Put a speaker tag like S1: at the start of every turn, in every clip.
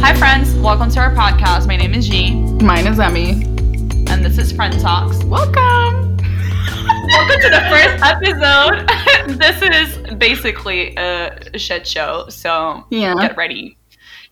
S1: Hi, friends. Welcome to our podcast. My name is G,
S2: Mine is Emmy.
S1: and this is Friend Talks.
S2: Welcome.
S1: Welcome to the first episode. this is basically a shit show, so
S2: Yeah.
S1: get ready.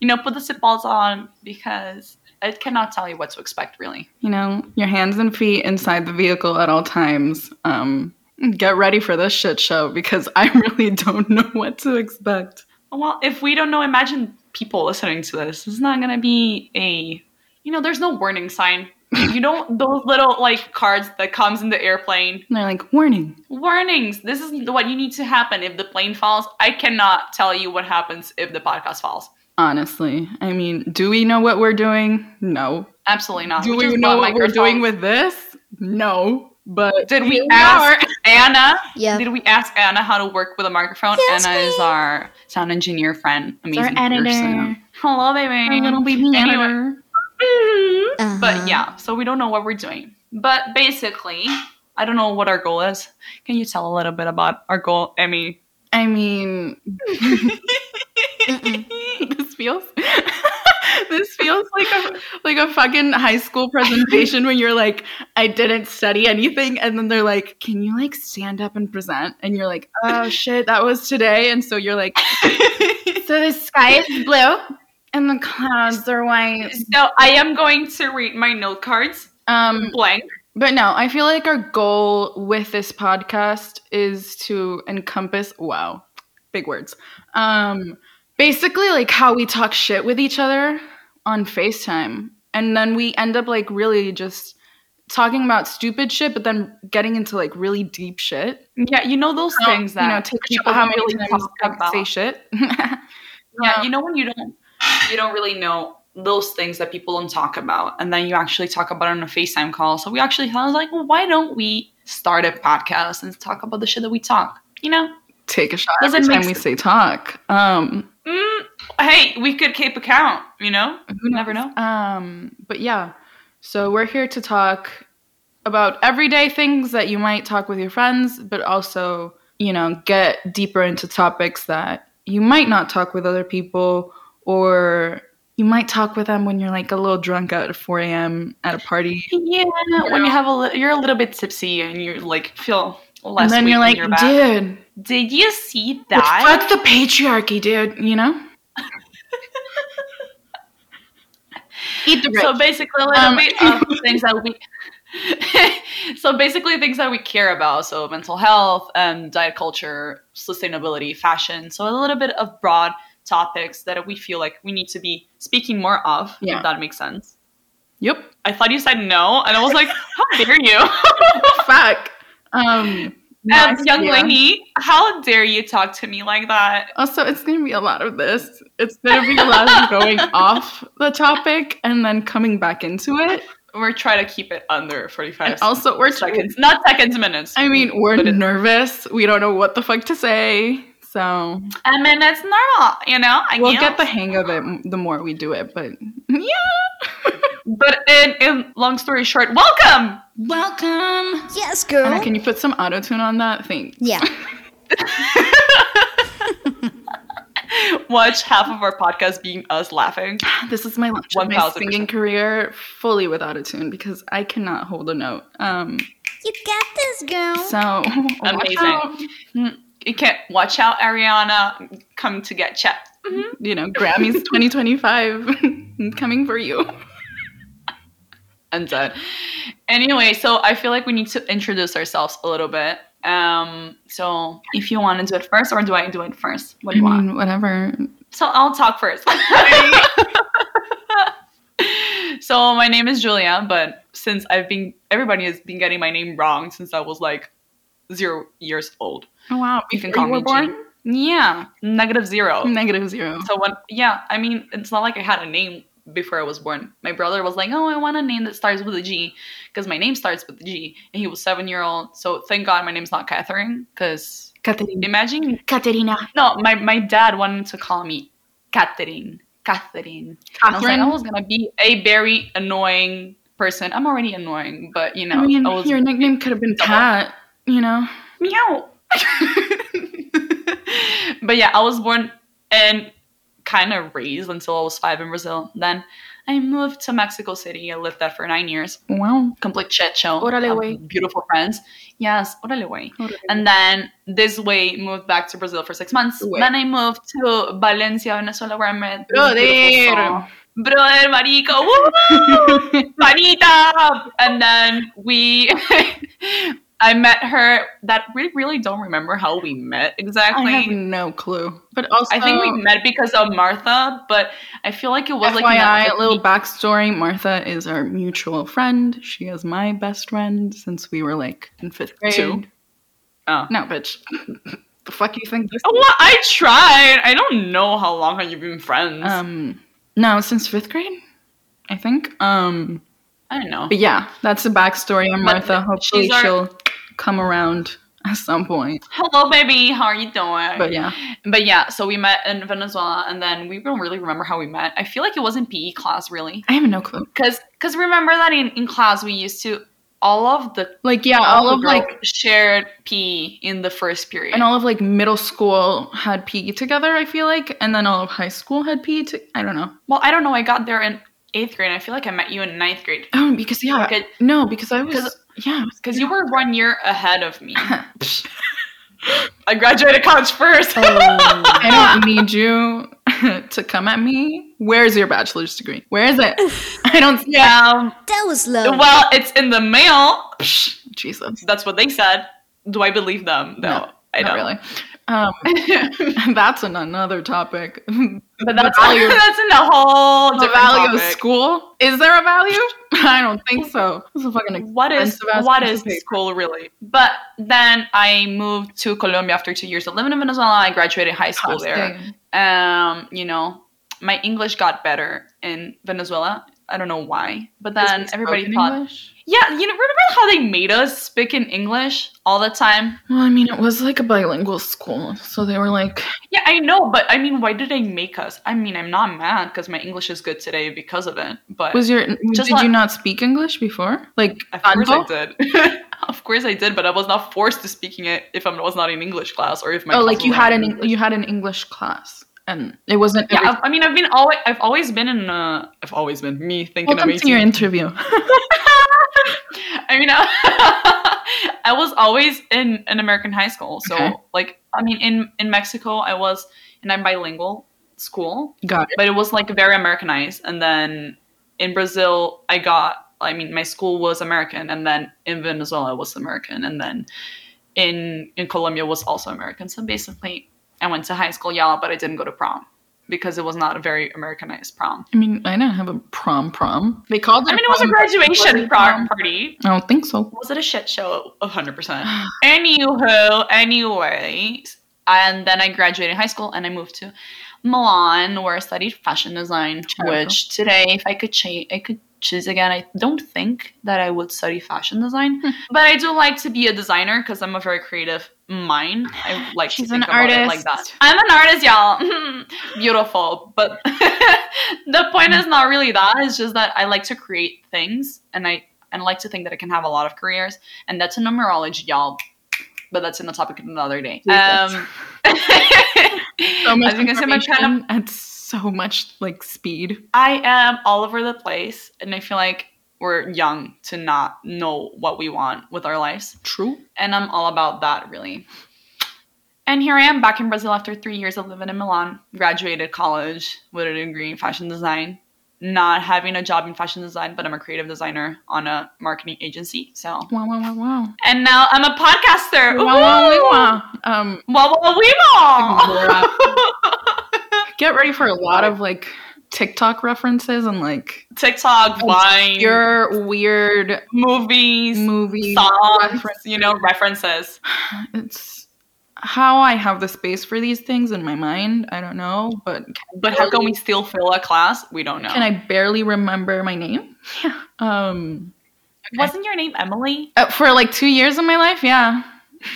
S1: You know, put the seatbelts on because I cannot tell you what to expect, really.
S2: You know, your hands and feet inside the vehicle at all times. Um, get ready for this shit show because I really don't know what to expect.
S1: Well, if we don't know, imagine people listening to this. It's not going to be a, you know, there's no warning sign. You know those little like cards that comes in the airplane
S2: And they're like, warning.
S1: warnings. This is what you need to happen if the plane falls. I cannot tell you what happens if the podcast falls.
S2: Honestly, I mean, do we know what we're doing? No.
S1: Absolutely not.
S2: Do
S1: just
S2: we know
S1: bought
S2: what we're doing
S1: microphones.
S2: with this? No. But
S1: Did we
S2: here
S1: ask Anna?
S3: Yeah.
S1: Did we ask Anna how to work with a microphone?
S3: Yes,
S1: Anna is
S3: please.
S1: our sound engineer friend, amazing person. Hello, baby.
S2: Our little baby
S1: Anyway.
S2: editor.
S1: Mhm.
S3: Uh-huh.
S1: But yeah, so we don't know what we're doing. But basically, I don't know what our goal is. Can you tell a little bit about our goal, Emmy?
S2: I mean,
S3: Mm-mm.
S2: this feels this feels like a like a fucking high school presentation when you're like i didn't study anything and then they're like can you like stand up and present and you're like oh shit that was today and so you're like so the sky is blue and the clouds are white
S1: so I am going to read my note cards
S2: um
S1: blank.
S2: but no i feel like our goal with this podcast is to encompass wow big words um basically like how we talk shit with each other on FaceTime. And then we end up like really just talking about stupid shit, but then getting into like really deep shit.
S1: Yeah, you know those things that
S2: you know, take
S1: people
S2: people how many
S1: really
S2: times
S1: talk
S2: I
S1: about.
S2: say shit.
S1: Yeah,
S2: Um,
S1: you know when you don't you don't really know those things that people don't talk about, and then you actually talk about it on a FaceTime call. So we actually I was like, well, why don't we start a podcast and talk about the shit that we talk? You know,
S2: take a shot
S1: Does it
S2: every
S1: make
S2: time we
S1: sense?
S2: say talk. Um,
S1: mm, hey, we could keep account. You know,
S2: who
S1: You never
S2: knows?
S1: know.
S2: Um, but yeah, so we're here to talk about everyday things that you might talk with your friends, but also, you know, get deeper into topics that you might not talk with other people, or you might talk with them when you're like a little drunk at 4 a.m. at a party.
S1: yeah, when you have a li- you're a little bit tipsy and you're like feel less.
S2: and then
S1: weak
S2: you're
S1: in
S2: like,
S1: your back.
S2: dude,
S1: did you see
S2: like,
S1: that?
S2: fuck the patriarchy, dude, you know? Eat the
S1: So
S2: rich.
S1: basically, a little
S2: Um,
S1: bit of things that we. so basically, things that we care about, so mental health, um, diet culture, sustainability, fashion. So a little bit of broad topics that we feel like we need to be speaking more of.
S2: Yeah.
S1: If that makes sense.
S2: yep.
S1: I thought you said no, and I was like, "How dare you,
S2: fuck. Um,
S1: um,
S2: nice
S1: young
S2: idea.
S1: lady? How dare you talk to me like that?"
S2: Also, it's gonna be a lot of this. It's gonna be a lot of going off the topic and then coming back into it.
S1: We're trying to keep it under forty-five
S2: And also, we're
S1: seconds, not seconds, minutes.
S2: I mean, we're
S1: But it-
S2: nervous. We don't know what the fuck to say, so
S1: I mean, it's normal, you know. I
S2: we'll
S1: guess.
S2: get the hang of it m- the more we do it. But yeah,
S1: But in, in long story short, welcome.
S2: welcome.
S3: Yes, girl.
S2: Anna, can you put some auto tune on that thing?
S3: yeah.
S1: Watch half of our podcast being us laughing.
S2: This is my launch of my
S1: 1000%.
S2: singing career fully with auto tune because I cannot hold a note. Um,
S3: You got this, girl.
S2: so watch
S1: Amazing.
S2: out.
S1: You can't watch out, Ariana. Come to get checked. Mhm.
S2: you know, Grammys 2025 coming for you.
S1: And done. Anyway, so I feel like we need to introduce ourselves a little bit. Um, so if you want to do it first, or do I do it first? What do you want?
S2: Mm, whatever.
S1: So I'll talk first. so my name is Julia, but since I've been, everybody has been getting my name wrong since I was like zero years old.
S2: Oh wow,
S1: You can call me G. Yeah, negative zero.
S2: Negative zero.
S1: So when yeah, I mean it's not like I had a name before I was born. My brother was like, "Oh, I want a name that starts with a G because my name starts with a G." And he was 7-year-old. So thank God my name's not Catherine cuz
S2: Katerina.
S1: imagine
S2: Katerina.
S1: no, my my dad wanted to call me Catherine. Catherine. And I was like, oh,
S2: Catherine.
S1: I was going to be a very annoying person. I'm already annoying, but you know,
S2: I mean,
S1: I was
S2: your nickname could have been
S1: Double.
S2: Cat. You know.
S1: meow. but yeah, I was born in kind of raised until I was five in Brazil. Then I moved to Mexico City. I lived there for nine years.
S2: Wow.
S1: Complete shit show.
S2: Órale,
S1: Um,
S2: güey.
S1: Beautiful friends. Yes, orale way. And then this way moved back to Brazil for six months.
S2: Way.
S1: Then I moved to Valencia, Venezuela, where I met this beautiful
S2: Brother.
S1: soul. brother marico, woo, manita. And then we, I met her. That we really don't remember how we met exactly.
S2: I have no clue. But also,
S1: I think we met because of Martha, but I feel like it was
S2: FYI,
S1: like not
S2: a little backstory. Martha is our mutual friend. She is my best friend since we were like in fifth grade.
S1: Two? Oh.
S2: No, bitch. the fuck you think this?
S1: Well, I tried. I don't know how long have you been friends.
S2: Um, no, since fifth grade, I think. Um,
S1: I don't know.
S2: but yeah, that's the backstory on
S1: But
S2: Martha. Hopefully,
S1: she's our-
S2: she'll come around at some point.
S1: Hello, baby. How are you doing?
S2: But yeah,
S1: But yeah, so we met in Venezuela, and then we don't really remember how we met. I feel like it was in PE class, really,
S2: I have no clue.
S1: because because remember that in, in class we used to all of the
S2: Like yeah, all
S1: the
S2: of
S1: girls
S2: like
S1: shared PE in the first period.
S2: and all of like middle school had PE together. I feel like, and then all of high school had PE. To- I don't know.
S1: well, I don't know. I got there in eighth grade. I feel like I met you in ninth grade
S2: Oh, because yeah,
S1: Good.
S2: no, because I was
S1: 'Cause-
S2: yeah. I was-
S1: because you were one year ahead of me.
S2: Psh.
S1: I graduated college first.
S2: Oh, I don't need you to come at me. Where's your bachelor's degree? Where is it? I don't see it.
S1: yeah.
S3: That was low.
S1: Well, it's in the mail.
S2: Psh, Jesus.
S1: That's what they said. Do I believe them? No,
S2: No,
S1: I
S2: Not
S1: don't.
S2: really. Um, that's an, another topic. The
S1: But that's
S2: value-
S1: that's in a whole different
S2: value of
S1: topic.
S2: school? Is there a value? I don't think so. This is a fucking ex-
S1: What is
S2: expensive ass
S1: what
S2: piece
S1: is
S2: of paper.
S1: school really? But then I moved to Colombia after two years of living in Venezuela. I graduated high school there.
S2: Dang.
S1: Um, you know, my English got better in Venezuela. I don't know why, but
S2: Because
S1: then
S2: we
S1: everybody
S2: spoke in
S1: thought,
S2: English?
S1: yeah, you know, remember how they made us speak in English all the time?
S2: Well, I mean, it was like a bilingual school, so they were like,
S1: Yeah, I know, but I mean, why did they make us? I mean, I'm not mad because my English is good today because of it. But
S2: "Was your
S1: Just
S2: did
S1: like-
S2: you not speak English before? Like,
S1: Of course
S2: tanto?
S1: I did. of course I did, but I was not forced to speaking it if I was not in English class or if my
S2: oh,
S1: class
S2: like
S1: was
S2: you
S1: not
S2: had
S1: in
S2: an Eng- you had an English class, and it wasn't.
S1: yeah,
S2: every-
S1: I've, I mean, I've been always, I've always been in, uh, I've always been me thinking
S2: Welcome
S1: I'm
S2: to your
S1: 18.
S2: interview.
S1: I mean, I, I was always in an American high school, so
S2: Okay.
S1: like, I mean, in in Mexico, I was in a bilingual school,
S2: Got it.
S1: but it was like very Americanized, and then in Brazil, I got, I mean, my school was American, and then in Venezuela was American, and then in in Colombia was also American. So basically, I went to high school, yeah, but I didn't go to prom because it was not a very Americanized prom.
S2: I mean, I didn't have a prom. Prom. They called it.
S1: I mean, it was a
S2: prom, but
S1: graduation
S2: wasn't prom.
S1: prom party.
S2: I don't think so.
S1: Was it a shit show? 100%. Anywho, anyways. And then I graduated high school and I moved to Milan where I studied fashion design,
S2: Terrible.
S1: which today, if I could change, I could choose again. I don't think that I would study fashion design,
S2: Hmm.
S1: but I do like to be a designer because I'm a very creative mind. I like
S2: She's
S1: to think
S2: an
S1: about it like
S2: artist.
S1: that. I'm an artist, y'all. Beautiful. But the point
S2: Hmm.
S1: is not really that. It's just that I like to create things and I and like to think that I can have a lot of careers. And that's a numerology, y'all. But that's in the topic of another day.
S2: Jesus.
S1: Um,
S2: so much
S1: as you can see, my kind of
S2: information at so much like speed.
S1: I am all over the place, and I feel like we're young to not know what we want with our lives.
S2: True.
S1: And I'm all about that, really. And here I am back in Brazil after three years of living in Milan, graduated college with a degree in fashion design, not having a job in fashion design, but I'm a creative designer on a marketing agency. So,
S2: Wow, wow, wow, wow.
S1: and now I'm a podcaster.
S2: Wow, wow,
S1: Woo!
S2: wow, wow. Um,
S1: Wow, wow, wow, wow.
S2: get ready for a lot of like TikTok references and like
S1: TikTok, wine,
S2: your weird
S1: movies,
S2: movie
S1: songs,
S2: reference.
S1: you know, references.
S2: It's how I have the space for these things in my mind. I don't know, but
S1: But how can we still fill a class? We don't know.
S2: can I barely remember my name? Yeah. Um,
S1: Wasn't your name Emily?
S2: uh, for like two years of my life, yeah.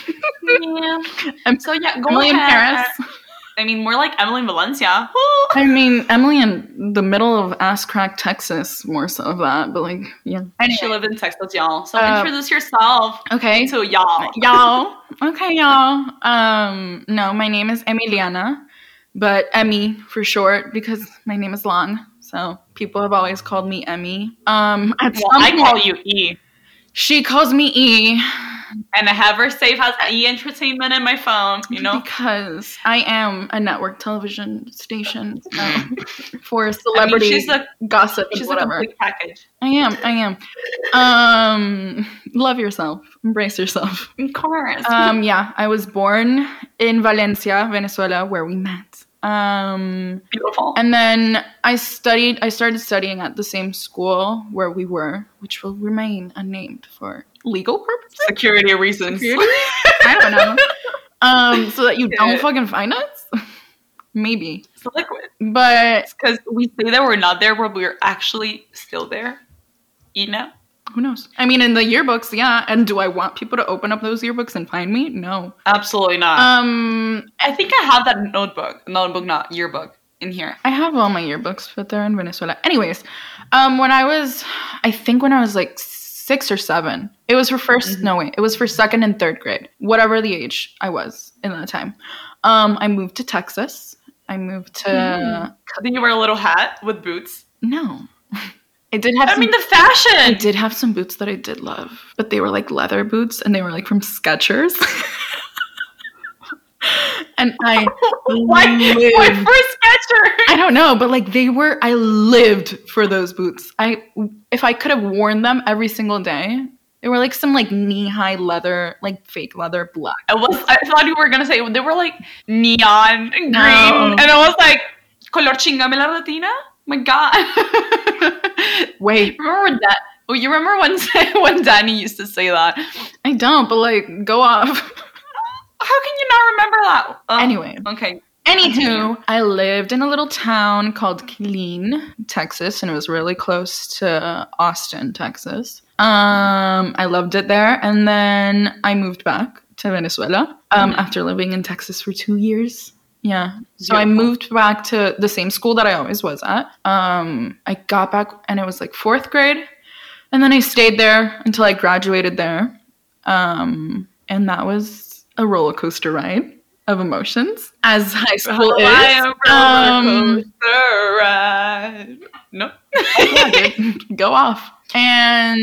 S1: yeah.
S2: I'm
S1: So yeah, go
S2: Emily in
S1: ahead.
S2: Paris.
S1: I mean, more like Emily in Valencia. Woo!
S2: I mean, Emily in the middle of ass crack Texas, more so of that, but like, yeah.
S1: She lived in Texas, y'all. So
S2: Uh,
S1: introduce yourself
S2: Okay.
S1: to y'all.
S2: y'all. Okay, y'all. Um, no, my name is Emiliana. but Emmy for short because my name is long. So people have always called me Emmy. Um, at
S1: Well,
S2: some
S1: I
S2: point-
S1: call you E,
S2: she calls me E
S1: and I have her safe as E Entertainment in my phone. You know,
S2: because I am a network television station so, for
S1: I mean,
S2: celebrity
S1: she's a
S2: gossip. and
S1: she's a
S2: whatever.
S1: complete package.
S2: I am. I am. Um, love yourself. Embrace yourself.
S1: Of course.
S2: um, yeah, I was born in Valencia, Venezuela, where we met. Um,
S1: Beautiful.
S2: and then I studied. I started studying at the same school where we were, which will remain unnamed for legal purposes.
S1: security reasons.
S2: Security? I don't know. Um, so that you
S1: Yeah.
S2: don't fucking find us, maybe.
S1: It's liquid.
S2: But
S1: Because we say that we're not there, but we're actually still there. You know?
S2: who knows? I mean, in the yearbooks, yeah. And do I want people to open up those yearbooks and find me? No.
S1: Absolutely not.
S2: Um,
S1: I think I have that notebook, notebook, not yearbook, in here.
S2: I have all my yearbooks, but they're in Venezuela. Anyways, um, when I was, I think when I was like six or seven, it was for 1st
S1: Mhm.
S2: no wait, it was for second and third grade, whatever the age I was in that time. Um, I moved to Texas. I moved to
S1: Mm. I think you wear a little hat with boots.
S2: no. I did have.
S1: I
S2: some-
S1: mean, the
S2: I
S1: fashion.
S2: did have some boots that I did love, but they were like leather boots and they were like from Skechers. and I
S1: Why? Why
S2: lived-
S1: for Skechers?
S2: I don't know, but like they were I lived for those boots. I if I could have worn them every single day, they were like some like knee-high leather, like fake leather black.
S1: I was. I thought you were gonna say they were like neon and green,
S2: No.
S1: and I was like, color chingame la latina. My God.
S2: Wait,
S1: remember when that? Oh, you remember when when Danny used to say that?
S2: I don't, but like go off.
S1: How can you not remember that? Oh,
S2: anyway,
S1: Okay.
S2: Anywho, I lived in a little town called Killeen, Texas, and it was really close to Austin, Texas. Um, I loved it there, and then I moved back to Venezuela um,
S1: Mhm.
S2: after living in Texas for two years. Yeah, so I
S1: Beautiful.
S2: moved back to the same school that I always was at. Um, I got back, and it was like fourth grade, and then I stayed there until I graduated there, um, and that was a roller coaster ride of emotions, as high school is.
S1: I am roller
S2: Um, Oh,
S1: coaster ride. No.
S2: yeah, dude, go off. And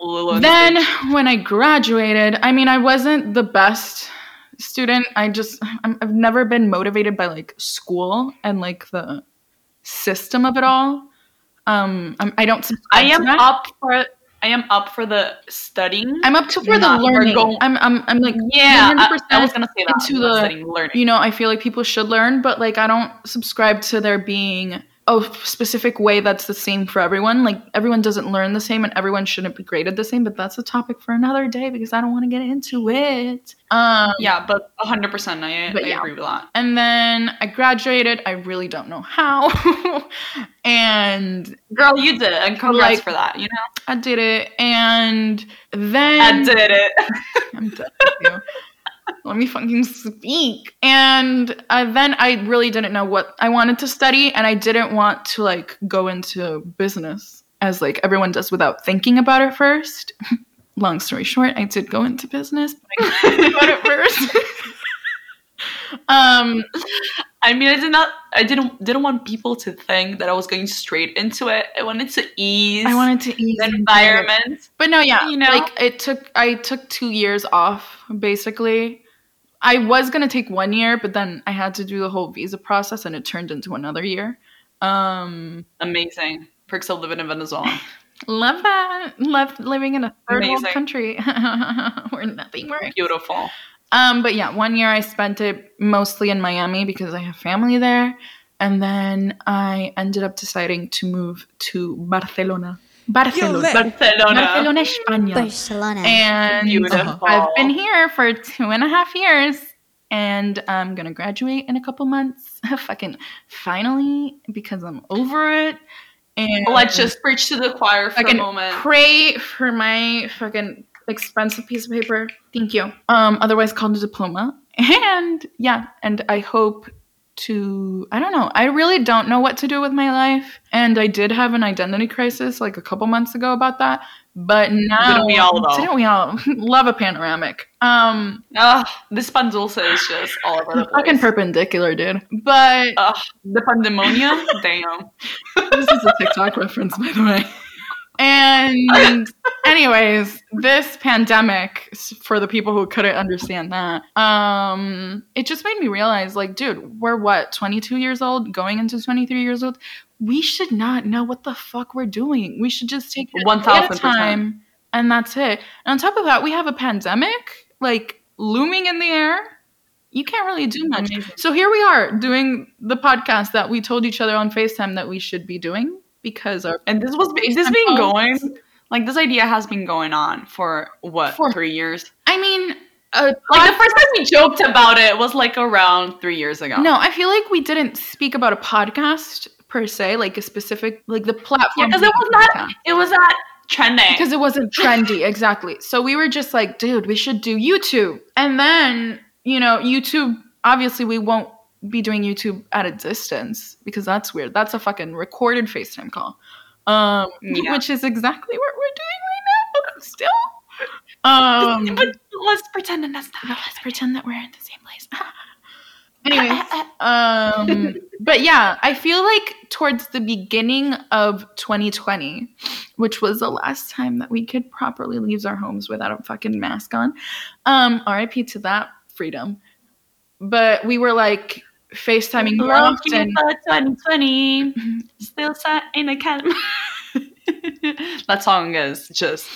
S1: Lilo
S2: then
S1: and Stitch.
S2: when I graduated, I mean, I wasn't the best student. I just, I'm, I've never been motivated by like school and like the system of it all. Um, I'm, I don't.
S1: I
S2: subscribe to
S1: am
S2: that.
S1: up for. I am up for the studying.
S2: I'm up to for the
S1: not- or
S2: learning.
S1: go-
S2: I'm, I'm, I'm like,
S1: yeah, I, I
S2: 100%
S1: was gonna say that.
S2: into
S1: not
S2: the-
S1: studying, learning.
S2: you know, I feel like people should learn, but like I don't subscribe to there being a specific way that's the same for everyone. Like everyone doesn't learn the same and everyone shouldn't be graded the same, but that's a topic for another day because I don't want to get into it. Um
S1: yeah, but 100. percent I,
S2: But
S1: I
S2: yeah.
S1: agree with that.
S2: and then I graduated. I really don't know how. and
S1: Girl, you did, it, and congrats
S2: Like-
S1: for that. You know,
S2: I did it. And then
S1: I did it.
S2: I'm done with you. Let me fucking speak. And uh, then I really didn't know what I wanted to study, and I didn't want to like go into business as like everyone does without thinking about it first. Long story short, I did go into business, but I didn't think about it first. um,
S1: I mean, I did not. I didn't didn't want people to think that I was going straight into it. I wanted to ease.
S2: I wanted to ease
S1: the
S2: into it.
S1: environment.
S2: But no, yeah,
S1: You know?
S2: like it took. I took two years off basically. I was gonna take one year, but then I had to do the whole visa process, and it turned into another year. Um,
S1: Amazing. Perks of living in Venezuela.
S2: love that. Love living in a third
S1: Amazing.
S2: world country where nothing works.
S1: Beautiful.
S2: Um, but yeah, one year I spent it mostly in Miami because I have family there, and then I ended up deciding to move to Barcelona. Barcelona.
S4: Yole.
S1: Barcelona.
S2: Barcelona, España.
S3: Barcelona.
S2: And
S1: Beautiful.
S2: I've been here for two and a half years, and I'm gonna graduate in a couple months. Fucking finally, because I'm over it. And
S1: Let's just preach to the choir for a
S2: fucking
S1: moment.
S2: pray for my fucking expensive piece of paper. Thank you. Um, otherwise called a diploma. And yeah, and I hope to I don't know. I really don't know what to do with my life, and I did have an identity crisis like a couple months ago about that. But now,
S1: Didn't we all, though?
S2: Didn't we all love a panoramic? Um,
S1: Ugh, Ah, this pandulce is just all over the place.
S2: fucking perpendicular, dude. But
S1: Ugh, the pandemonium? Damn.
S2: this is a TikTok reference, by the way. And, anyways, this pandemic, s- for the people who couldn't understand that, um, it just made me realize like, dude, we're what, 22 years old, going into 23 years old? We should not know what the fuck we're doing. We should just take it one day at a
S1: 1000%.
S2: time, and that's it. And on top of that, we have a pandemic, like, looming in the air. You can't really do much. So here we are doing the podcast that we told each other on FaceTime that we should be doing because our
S1: And this was this has been going like this idea has been going on for what
S2: For-
S1: three years.
S2: I mean, uh,
S1: Like the first time we joked about it was like around three years ago.
S2: no, I feel like we didn't speak about a podcast per se, like a specific, like the
S1: Yeah,
S2: platform.
S1: 'cause it was not- it was at trending
S2: because it wasn't trendy exactly. So we were just like, dude, we should do YouTube, and then you know, YouTube. Obviously, we won't be doing YouTube at a distance because that's weird. That's a fucking recorded FaceTime call, um,
S1: Yeah.
S2: which is exactly what we're doing right now. Still, um,
S1: but let's pretend that that's not.
S2: let's pretend that we're in the same place. Anyways, um, but yeah, I feel like towards the beginning of 2020, which was the last time that we could properly leave our homes without a fucking mask on, um, RIP to that freedom. But we were like FaceTiming more
S1: Looking
S2: often.
S1: for 2020, still sat in a cat. that song is just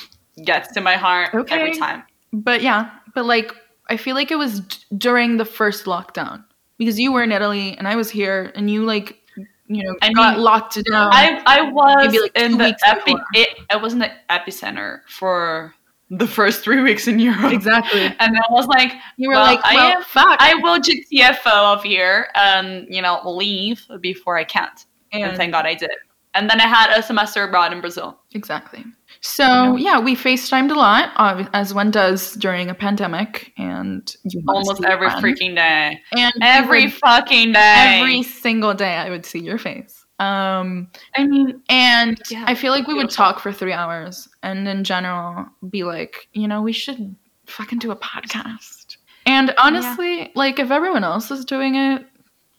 S1: gets to my heart every
S2: Okay.
S1: time.
S2: But yeah, but like I feel like it was d- during the first lockdown because you were in Italy and I was here, and you like you know
S1: I
S2: got
S1: mean,
S2: locked down.
S1: I I was
S2: Maybe, like, two
S1: in the
S2: weeks
S1: epi-
S2: before.
S1: it, I was in the epicenter for the first three weeks in Europe.
S2: exactly.
S1: And I was like,
S2: You were
S1: Well,
S2: like,
S1: I
S2: well,
S1: am-
S2: fuck.
S1: I will GTFO of here and you know leave before I can't. And
S2: And-
S1: thank God I did. And then I had a semester abroad in Brazil.
S2: Exactly. So yeah, we FaceTimed a lot, ob- as one does during a pandemic, and you wanna
S1: Almost
S2: see
S1: every
S2: fun.
S1: freaking day.
S2: and we
S1: Every
S2: would-
S1: fucking day.
S2: every single day, I would see your face. Um,
S1: I mean,
S2: and
S1: Yeah,
S2: I feel like we would
S1: beautiful.
S2: talk for three hours, and in general, be like, you know, we should fucking do a podcast. And honestly, like if everyone else is doing it,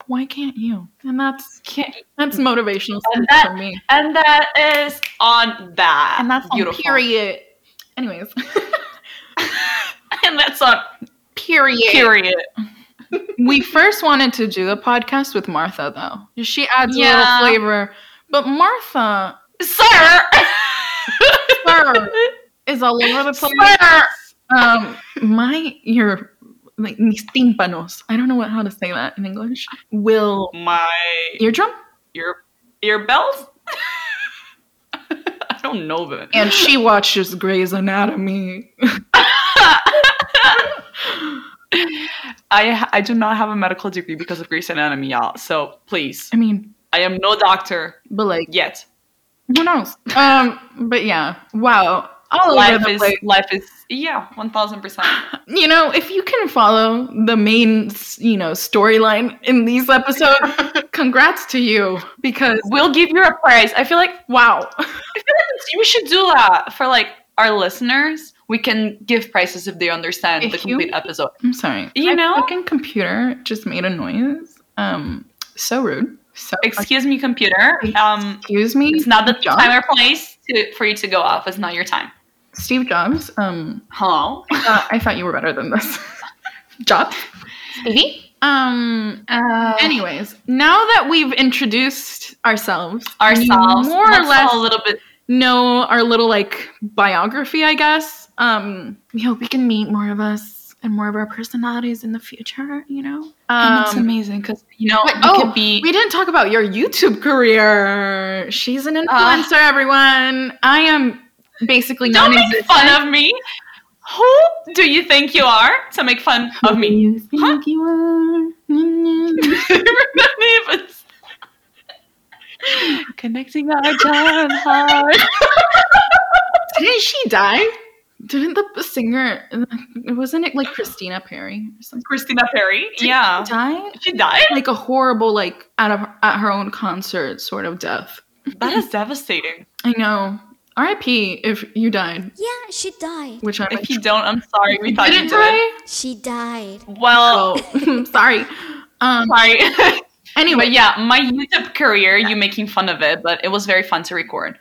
S2: why can't you? And that's
S1: can't-
S2: that's motivational
S1: And
S2: stuff
S1: that-
S2: for me.
S1: and that is on that.
S2: And that's on
S1: beautiful.
S2: period. Anyways,
S1: And that's on
S2: period.
S1: period.
S2: we first wanted to do the podcast with Martha though. She adds
S1: Yeah.
S2: a little flavor. But Martha
S1: Sir.
S2: sir, is all over the place.
S1: Sir.
S2: Um my your like mis tímpanos. I don't know what, how to say that in English. Will
S1: My
S2: eardrum
S1: ear ear bells? I don't know that.
S2: and she watches Grey's Anatomy.
S1: I I do not have a medical degree because of Grey's Anatomy, y'all. So please,
S2: I mean,
S1: I am no doctor
S2: but like
S1: yet.
S2: who knows? Um but yeah. Wow. All
S1: life
S2: over the
S1: is
S2: place.
S1: life is yeah, one thousand percent.
S2: you know, if you can follow the main, s- you know, storyline in these episodes, congrats to you because
S1: We'll give you a prize. I feel like
S2: wow.
S1: we should do that for like our listeners. We can give prices if they understand the
S2: If you-
S1: complete episode.
S2: I'm sorry.
S1: You
S2: My
S1: know?
S2: fucking computer just made a noise. Um, so rude. So
S1: Excuse me, computer. Um,
S2: excuse me.
S1: it's not the
S2: Steve Jobs.
S1: time or place to, for you to go off. It's not your time.
S2: Steve Jobs. Um,
S1: Hello.
S2: I thought, I thought you were better than this. Jobs. Stevie. Um.
S1: Uh,
S2: Anyways, now that we've introduced ourselves, and you
S1: ourselves,
S2: more or
S1: let's
S2: less,
S1: all a little bit.
S2: know our little like biography, I guess. Um, we hope we can meet more of us and more of our personalities in the future. You know,
S1: and it's
S2: um,
S1: amazing because you know
S2: but-
S1: we
S2: oh,
S1: could be
S2: we didn't talk about your YouTube career. She's an influencer, everyone. I am basically
S1: Ah. Don't make
S2: non-existent.
S1: fun of me. Who do you think you are to make fun of me?
S2: You think
S1: Huh?
S2: you are?
S1: Connecting our time heart.
S2: Didn't she die? Didn't the singer? wasn't it like Christina Perry or something?
S1: Christina Perry. Yeah.
S2: Died
S1: She died?
S2: like a horrible like out of at her own concert sort of death.
S1: That is devastating.
S2: I know. R.I.P. If you died,
S3: Yeah, she died.
S2: which I'm
S1: If you don't, I'm sorry. We thought you
S2: didn't
S1: did.
S2: die.
S3: She died.
S1: Well,
S2: Oh, sorry. Um,
S1: sorry.
S2: anyway,
S1: but yeah, my YouTube career, you making fun of it, but it was very fun to record.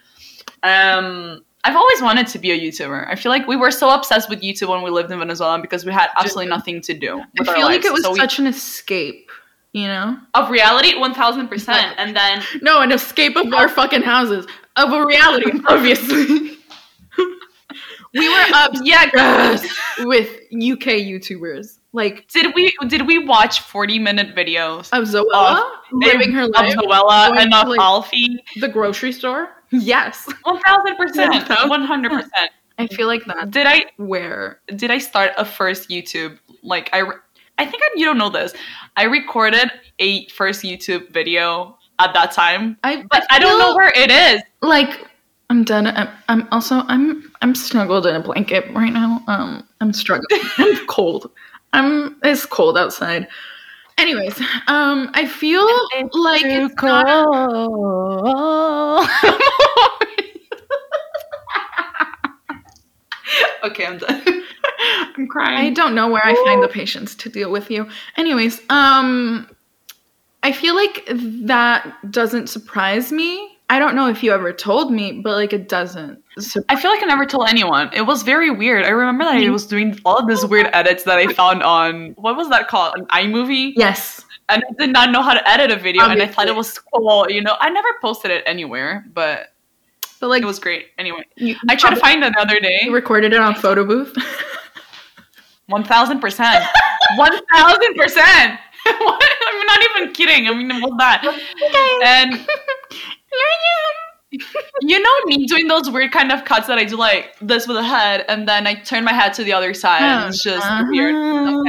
S1: Um, I've always wanted to be a YouTuber. I feel like we were so obsessed with YouTube when we lived in Venezuela because we had absolutely nothing to do.
S2: I
S1: with our
S2: feel like
S1: lives.
S2: it was
S1: So we-
S2: such an escape, you know?
S1: of reality, one thousand percent, and then
S2: No, an escape of our fucking houses, of a reality, obviously. we were
S1: yeah.
S2: obsessed with UK YouTubers, like
S1: Did we did we watch forty minute videos
S2: of Zoella living her life,
S1: of Zoella
S2: going
S1: and
S2: to,
S1: of
S2: like-
S1: Alfie?
S2: the grocery store. Yes,
S1: One thousand percent,
S2: Yeah.
S1: one hundred percent.
S2: I feel like that's
S1: Did I
S2: where
S1: did I start a first YouTube? Like I, re- I think I, you don't know this. I recorded a first YouTube video at that time,
S2: I.
S1: but I don't know
S2: feel
S1: where it is.
S2: Like I'm done. I'm, I'm also I'm I'm snuggled in a blanket right now. Um, I'm struggling. I'm cold. I'm it's cold outside. Anyways, um, I feel like it's not
S1: Okay, I'm done. I'm
S2: I
S1: crying.
S2: don't know where I find the patience to deal with you. Anyways, um I feel like that doesn't surprise me. I don't know if you ever told me, but like it doesn't. sur-
S1: I feel like I never told anyone. It was very weird. I remember that I was doing all of these weird edits that I found on what was that called? An iMovie?
S2: yes.
S1: And I did not know how to edit a video and I thought it
S2: Obviously.
S1: was cool, you know. I never posted it anywhere, but
S2: But like
S1: it was great. Anyway.
S2: you,
S1: I tried to find it the other day.
S2: you recorded it on photo booth.
S1: One thousand percent. One thousand percent. I'm not even kidding. I mean, what's that? And you know me doing those weird kind of cuts that I do, like this with a head, and then I turn my head to the other side.
S2: Ah,
S1: and it's just weird.
S2: Uh-huh.
S1: Okay.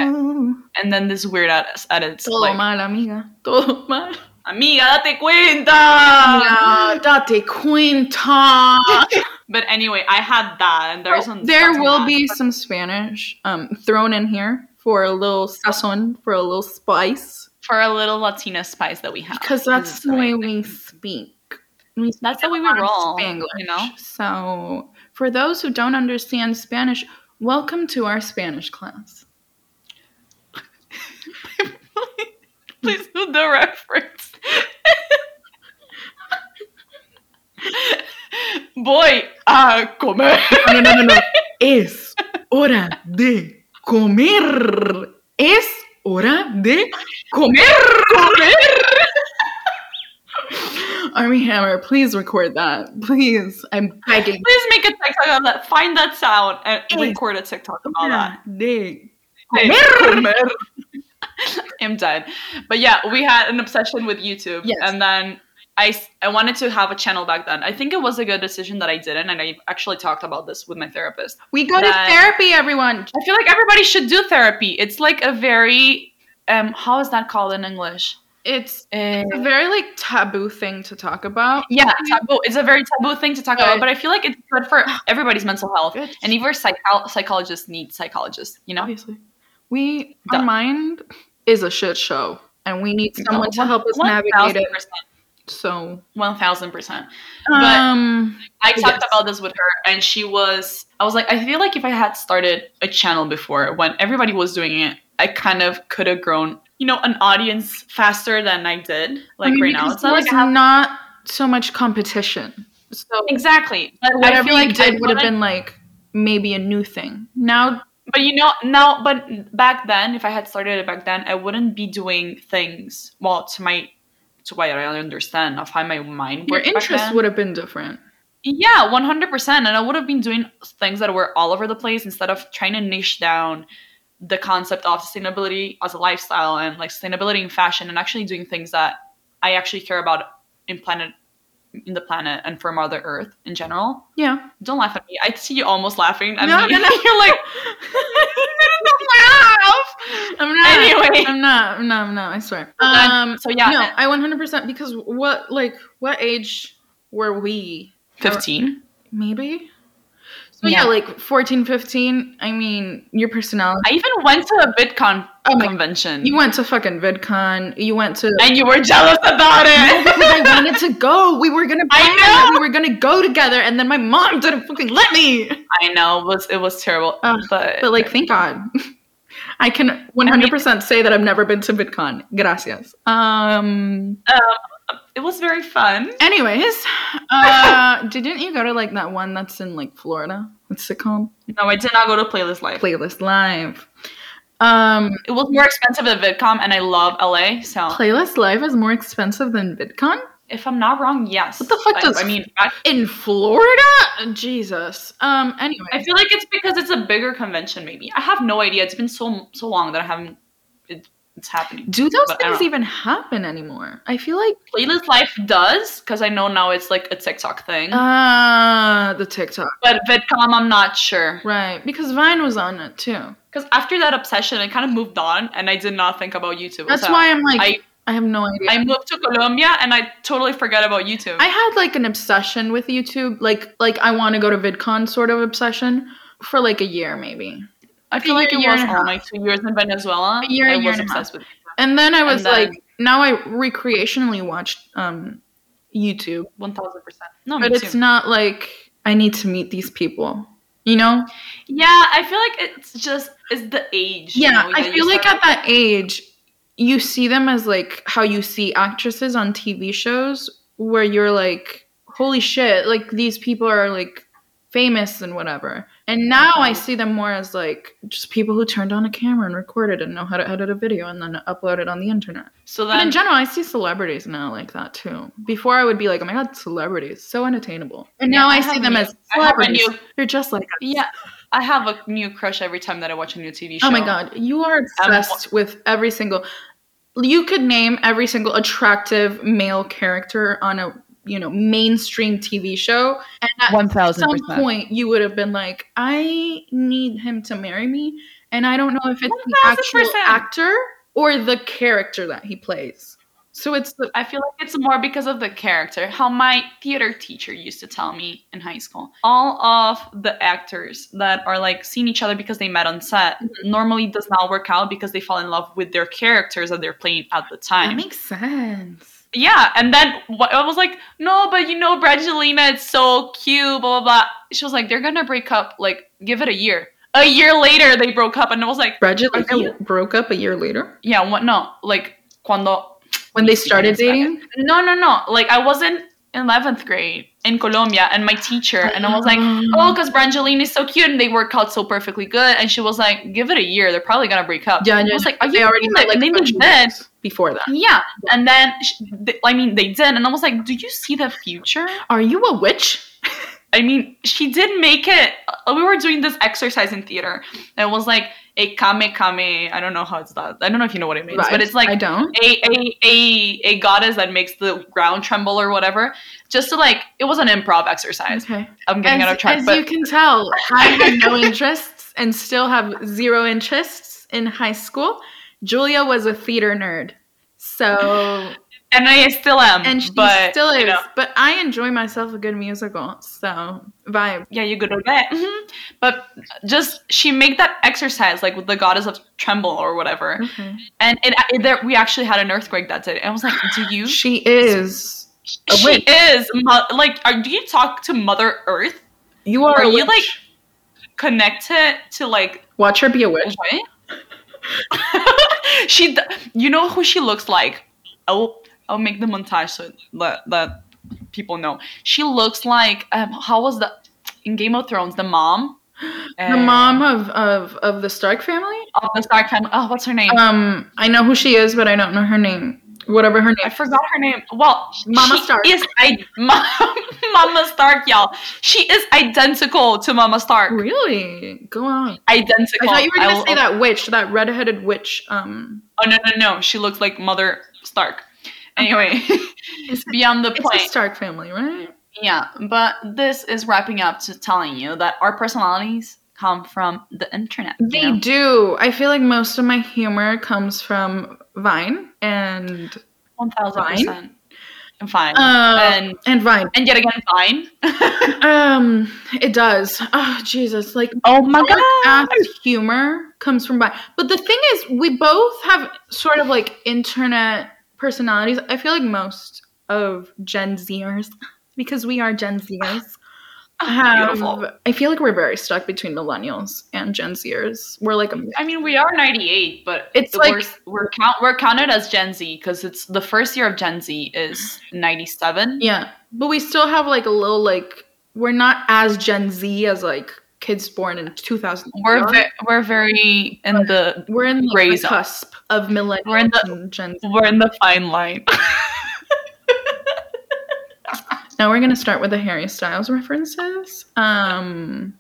S1: And then this weird edits. edits
S2: Todo
S1: like,
S2: mal, amiga. Todo mal.
S1: Amiga, date cuenta. Ah.
S2: Amiga, date cuenta.
S1: But anyway, I had that, and there is some.
S2: there
S1: some
S2: will
S1: that.
S2: be some Spanish um, thrown in here for a little sazon, for a little spice,
S1: for a little Latina spice that we have
S2: because that's the way we speak. We speak
S1: That's the way we
S2: a lot of
S1: roll,
S2: Spanglish,
S1: you know?
S2: So, for those who don't understand Spanish, welcome to our Spanish class.
S1: Please do the reference. Voy a comer.
S2: No, no, no, no. es hora de comer. Es hora de
S1: comer.
S2: Army Hammer, please record that. Please. I'm begging.
S1: Please make a TikTok of that. Find that sound and
S2: Hey.
S1: record a TikTok about that.
S2: De
S1: Comer. I'm dead. But yeah, we had an obsession with YouTube.
S2: Yes.
S1: And then I, s- I wanted to have a channel back then. I think it was a good decision that I didn't. And I actually talked about this with my therapist.
S2: We go to
S1: That-
S2: therapy, everyone.
S1: I feel like everybody should do therapy. It's like a very, um, how is that called in English?
S2: It's
S1: Uh,
S2: a very like taboo thing to talk about.
S1: yeah, taboo. It's a very taboo thing to talk
S2: Right.
S1: about, but I feel like it's good for everybody's mental health.
S2: It's-
S1: And even psycho- psychologists need psychologists, you know?
S2: obviously. We our
S1: Done.
S2: mind is a shit show and we need someone to help us navigate it.
S1: 1000%.
S2: So
S1: 1000%. But-
S2: um
S1: I talked
S2: Yes.
S1: about this with her, and she was. I was like, I feel like if I had started a channel before when everybody was doing it, I kind of could have grown, you know, an audience faster than I did. Like
S2: I mean,
S1: right now,
S2: because
S1: it's not like
S2: there's
S1: I have
S2: not so much competition. So
S1: exactly. But
S2: whatever
S1: I feel like
S2: you
S1: I
S2: did would have
S1: wanted-
S2: been like maybe a new thing. Now
S1: But you know now, but back then, if I had started it back then, I wouldn't be doing things. Well, to my, to what I understand of how my mind
S2: your
S1: worked. back
S2: interests
S1: then.
S2: would have been different.
S1: Yeah, 100%. And I would have been doing things that were all over the place instead of trying to niche down the concept of sustainability as a lifestyle and like sustainability in fashion and actually doing things that I actually care about in planet in the planet and for Mother Earth in general.
S2: Yeah.
S1: Don't laugh at me. I see you almost laughing. at
S2: No,
S1: me.
S2: no, no.
S1: You're like,
S2: I'm not.
S1: Anyway.
S2: I'm not. I'm not. I'm not. I swear.
S1: But then-
S2: Um.
S1: so yeah,
S2: no, I 100% because what like what age were we?
S1: 15.
S2: Maybe. So But yeah.
S1: Yeah.
S2: like 14, 15, I mean, your personality.
S1: I even went to a VidCon
S2: Oh my-
S1: convention.
S2: You went to fucking VidCon. You went to.
S1: and you were jealous about
S2: No, because
S1: it.
S2: I wanted to go. We were gonna.
S1: I
S2: plan
S1: know.
S2: it. We were gonna go together, and then my mom didn't fucking let me.
S1: I know it was it was terrible,
S2: Ugh,
S1: but
S2: Oh, But like, thank God, I can 100% say that I've never been to VidCon. Gracias. Um.
S1: it was very fun.
S2: Anyways, uh, didn't you go to like that one that's in like Florida? What's it called?
S1: No, I did not go to Playlist Live.
S2: Playlist Live. Um,
S1: It was more expensive than VidCom, and I love LA. So
S2: Playlist Live is more expensive than VidCon
S1: if I'm not wrong, yes.
S2: What the fuck
S1: I,
S2: does-
S1: I mean? I,
S2: in Florida. Jesus. Um. Anyway,
S1: I feel like it's because it's a bigger convention. Maybe I have no idea. It's been so so long that I haven't. It, it's happening.
S2: do those
S1: but I
S2: things
S1: don't-
S2: even happen anymore? I feel like.
S1: Playlist Life does because I know now it's like a TikTok thing.
S2: Uh. Ah, the TikTok.
S1: but VidCom, I'm not sure.
S2: Right, because Vine was on it too.
S1: Because after that obsession, I kind of moved on, and I did not think about YouTube.
S2: That's
S1: So
S2: why I'm like, I,
S1: I-
S2: have no idea. i
S1: I moved to Colombia, and I totally forgot about YouTube.
S2: had like an obsession with YouTube, like like I want to go to VidCon sort of obsession for like a year maybe.
S1: I
S2: a
S1: feel like it
S2: year
S1: was
S2: and a
S1: all my two years in Venezuela.
S2: A year,
S1: I
S2: a year
S1: was
S2: and a half.
S1: obsessed with.
S2: And then I
S1: And
S2: was
S1: then-
S2: like, now I recreationally watched um YouTube,
S1: One thousand percent. No,
S2: but
S1: Oh, me
S2: it's
S1: too.
S2: not like I need to meet these people. You know?
S1: Yeah, I feel like it's just it's the age. you
S2: Yeah,
S1: know,
S2: I
S1: that
S2: feel
S1: you
S2: like
S1: start-
S2: at that age, you see them as like how you see actresses on TV shows, where you're like, holy shit, like these people are like famous and whatever. And now I
S1: Mhm.
S2: see them more as like just people who turned on a camera and recorded and know how to edit a video and then upload it on the internet.
S1: so
S2: But
S1: then
S2: in general, I see celebrities now like that too. Before I would be like, oh my god, celebrities, so unattainable. And
S1: Yeah,
S2: now
S1: I
S2: I,
S1: have
S2: see
S1: a
S2: them
S1: new-
S2: as
S1: I have a
S2: celebrities.
S1: new-
S2: They're just like us.
S1: yeah, I have a new crush every time that I watch a new TV show.
S2: Oh my god, you are
S1: Um,
S2: obsessed with every single. You could name every single attractive male character on a you know mainstream TV show, and at
S1: one thousand
S2: some point you would have been like, I need him to marry me, and I don't know if it's the actual
S1: 1000%.
S2: actor or the character that he plays. So it's the
S1: I feel like it's more because of the character. How my theater teacher used to tell me in high school. All of the actors that are like seeing each other because they met on set
S2: Mm-hmm.
S1: normally does not work out because they fall in love with their characters that they're playing at the time.
S2: that makes sense.
S1: yeah, and then wh- I was like, no, but you know, Brangelina, it's so cute, blah blah blah. She was like, they're gonna break up. Like, give it a year. A year later, they broke up, and I was like,
S2: Bridget
S1: Are you-
S2: broke up a year later
S1: yeah, what? No, like, cuando
S2: when they
S1: Yes,
S2: started
S1: yes, I-
S2: dating.
S1: No, no, no. Like I was in eleventh grade in Colombia, and my teacher and I was like, "Oh, because Brangelina is so cute, and they work out so perfectly good." And she was like, "Give it a year; they're probably gonna break up."
S2: yeah,
S1: I
S2: yeah,
S1: was
S2: yeah.
S1: like, "Are you already
S2: met,
S1: like?" And they
S2: a bunch
S1: did.
S2: of years before that.
S1: Yeah, and then sh th- I mean, they did, and I was like, "Do you see the future?"
S2: Are you a witch?
S1: I mean, she did make it. uh, We were doing this exercise in theater, and it was like a kame kame. I don't know how it's that. I don't know if you know what it means, but it's like
S2: I don't.
S1: a, a, a, a goddess that makes the ground tremble or whatever. Just to like, it was an improv exercise.
S2: Okay.
S1: I'm getting out
S2: Mm-hmm. As,
S1: of track,
S2: as
S1: but
S2: you can tell, I had no interests and still have zero interests in high school. Julia was a theater nerd, so
S1: and I still am.
S2: and she
S1: but,
S2: still is.
S1: you know,
S2: But I enjoy myself a good musical, so vibe.
S1: yeah, you go to that. Mhm. But just she make that exercise like with the goddess of tremble or whatever,
S2: Okay.
S1: and it, it there, we actually had an earthquake that day. And I was like, "Do you? she
S2: She is. a witch.
S1: is mo- like, are, do you talk to Mother Earth?
S2: You
S1: are
S2: are.
S1: Are
S2: a
S1: you,
S2: witch.
S1: like- Connected to like
S2: Watch her be a witch.
S1: What? she, d- you know who she looks like. I'll, I'll make the montage so that that people know. She looks like um, how was the in Game of Thrones the mom,
S2: The mom of of of the Stark family.
S1: of the Stark family. Oh, what's her name?
S2: Um, I know who she is, but I don't know her name. Whatever her
S1: I
S2: name.
S1: forgot her name. Well,
S2: Mama
S1: she
S2: Stark.
S1: is I, Mama Stark, y'all. She is identical to Mama Stark.
S2: Really? Go on. I
S1: Identical.
S2: thought you were gonna
S1: I'll-
S2: say that witch, that redheaded witch. Um,
S1: Oh no no no! She looks like Mother Stark. Anyway, beyond the
S2: it's
S1: point.
S2: the Stark family, right?
S1: Yeah, but this is wrapping up to telling you that our personalities come from the internet. you
S2: They
S1: know?
S2: do. I feel like most of my humor comes from Vine, and
S1: 1000%. and fine.
S2: Um,
S1: and
S2: and Vine.
S1: and yet again, fine.
S2: Um, it does. Oh Jesus! Like
S1: Oh my
S2: ass humor comes from Vine. But the thing is, we both have sort of like internet personalities. I feel like most of Gen Zers, because we are Gen Zers, have.
S1: Beautiful.
S2: I feel like we're very stuck between millennials and Gen Zers. We're like, a-
S1: I mean, we are 98, but
S2: It's
S1: the
S2: like-
S1: worst- we're count we're counted as Gen Z because it's the first year of Gen Z is 97.
S2: yeah, but we still have like a little like we're not as Gen Z as like kids born in 2000.
S1: We're ve- we're very in the
S2: we're in like,
S1: gray
S2: the
S1: zone.
S2: cusp of millennials
S1: We're in the-
S2: and Gen Z.
S1: we're in the fine line.
S2: Now we're gonna start with the Harry Styles references. Um,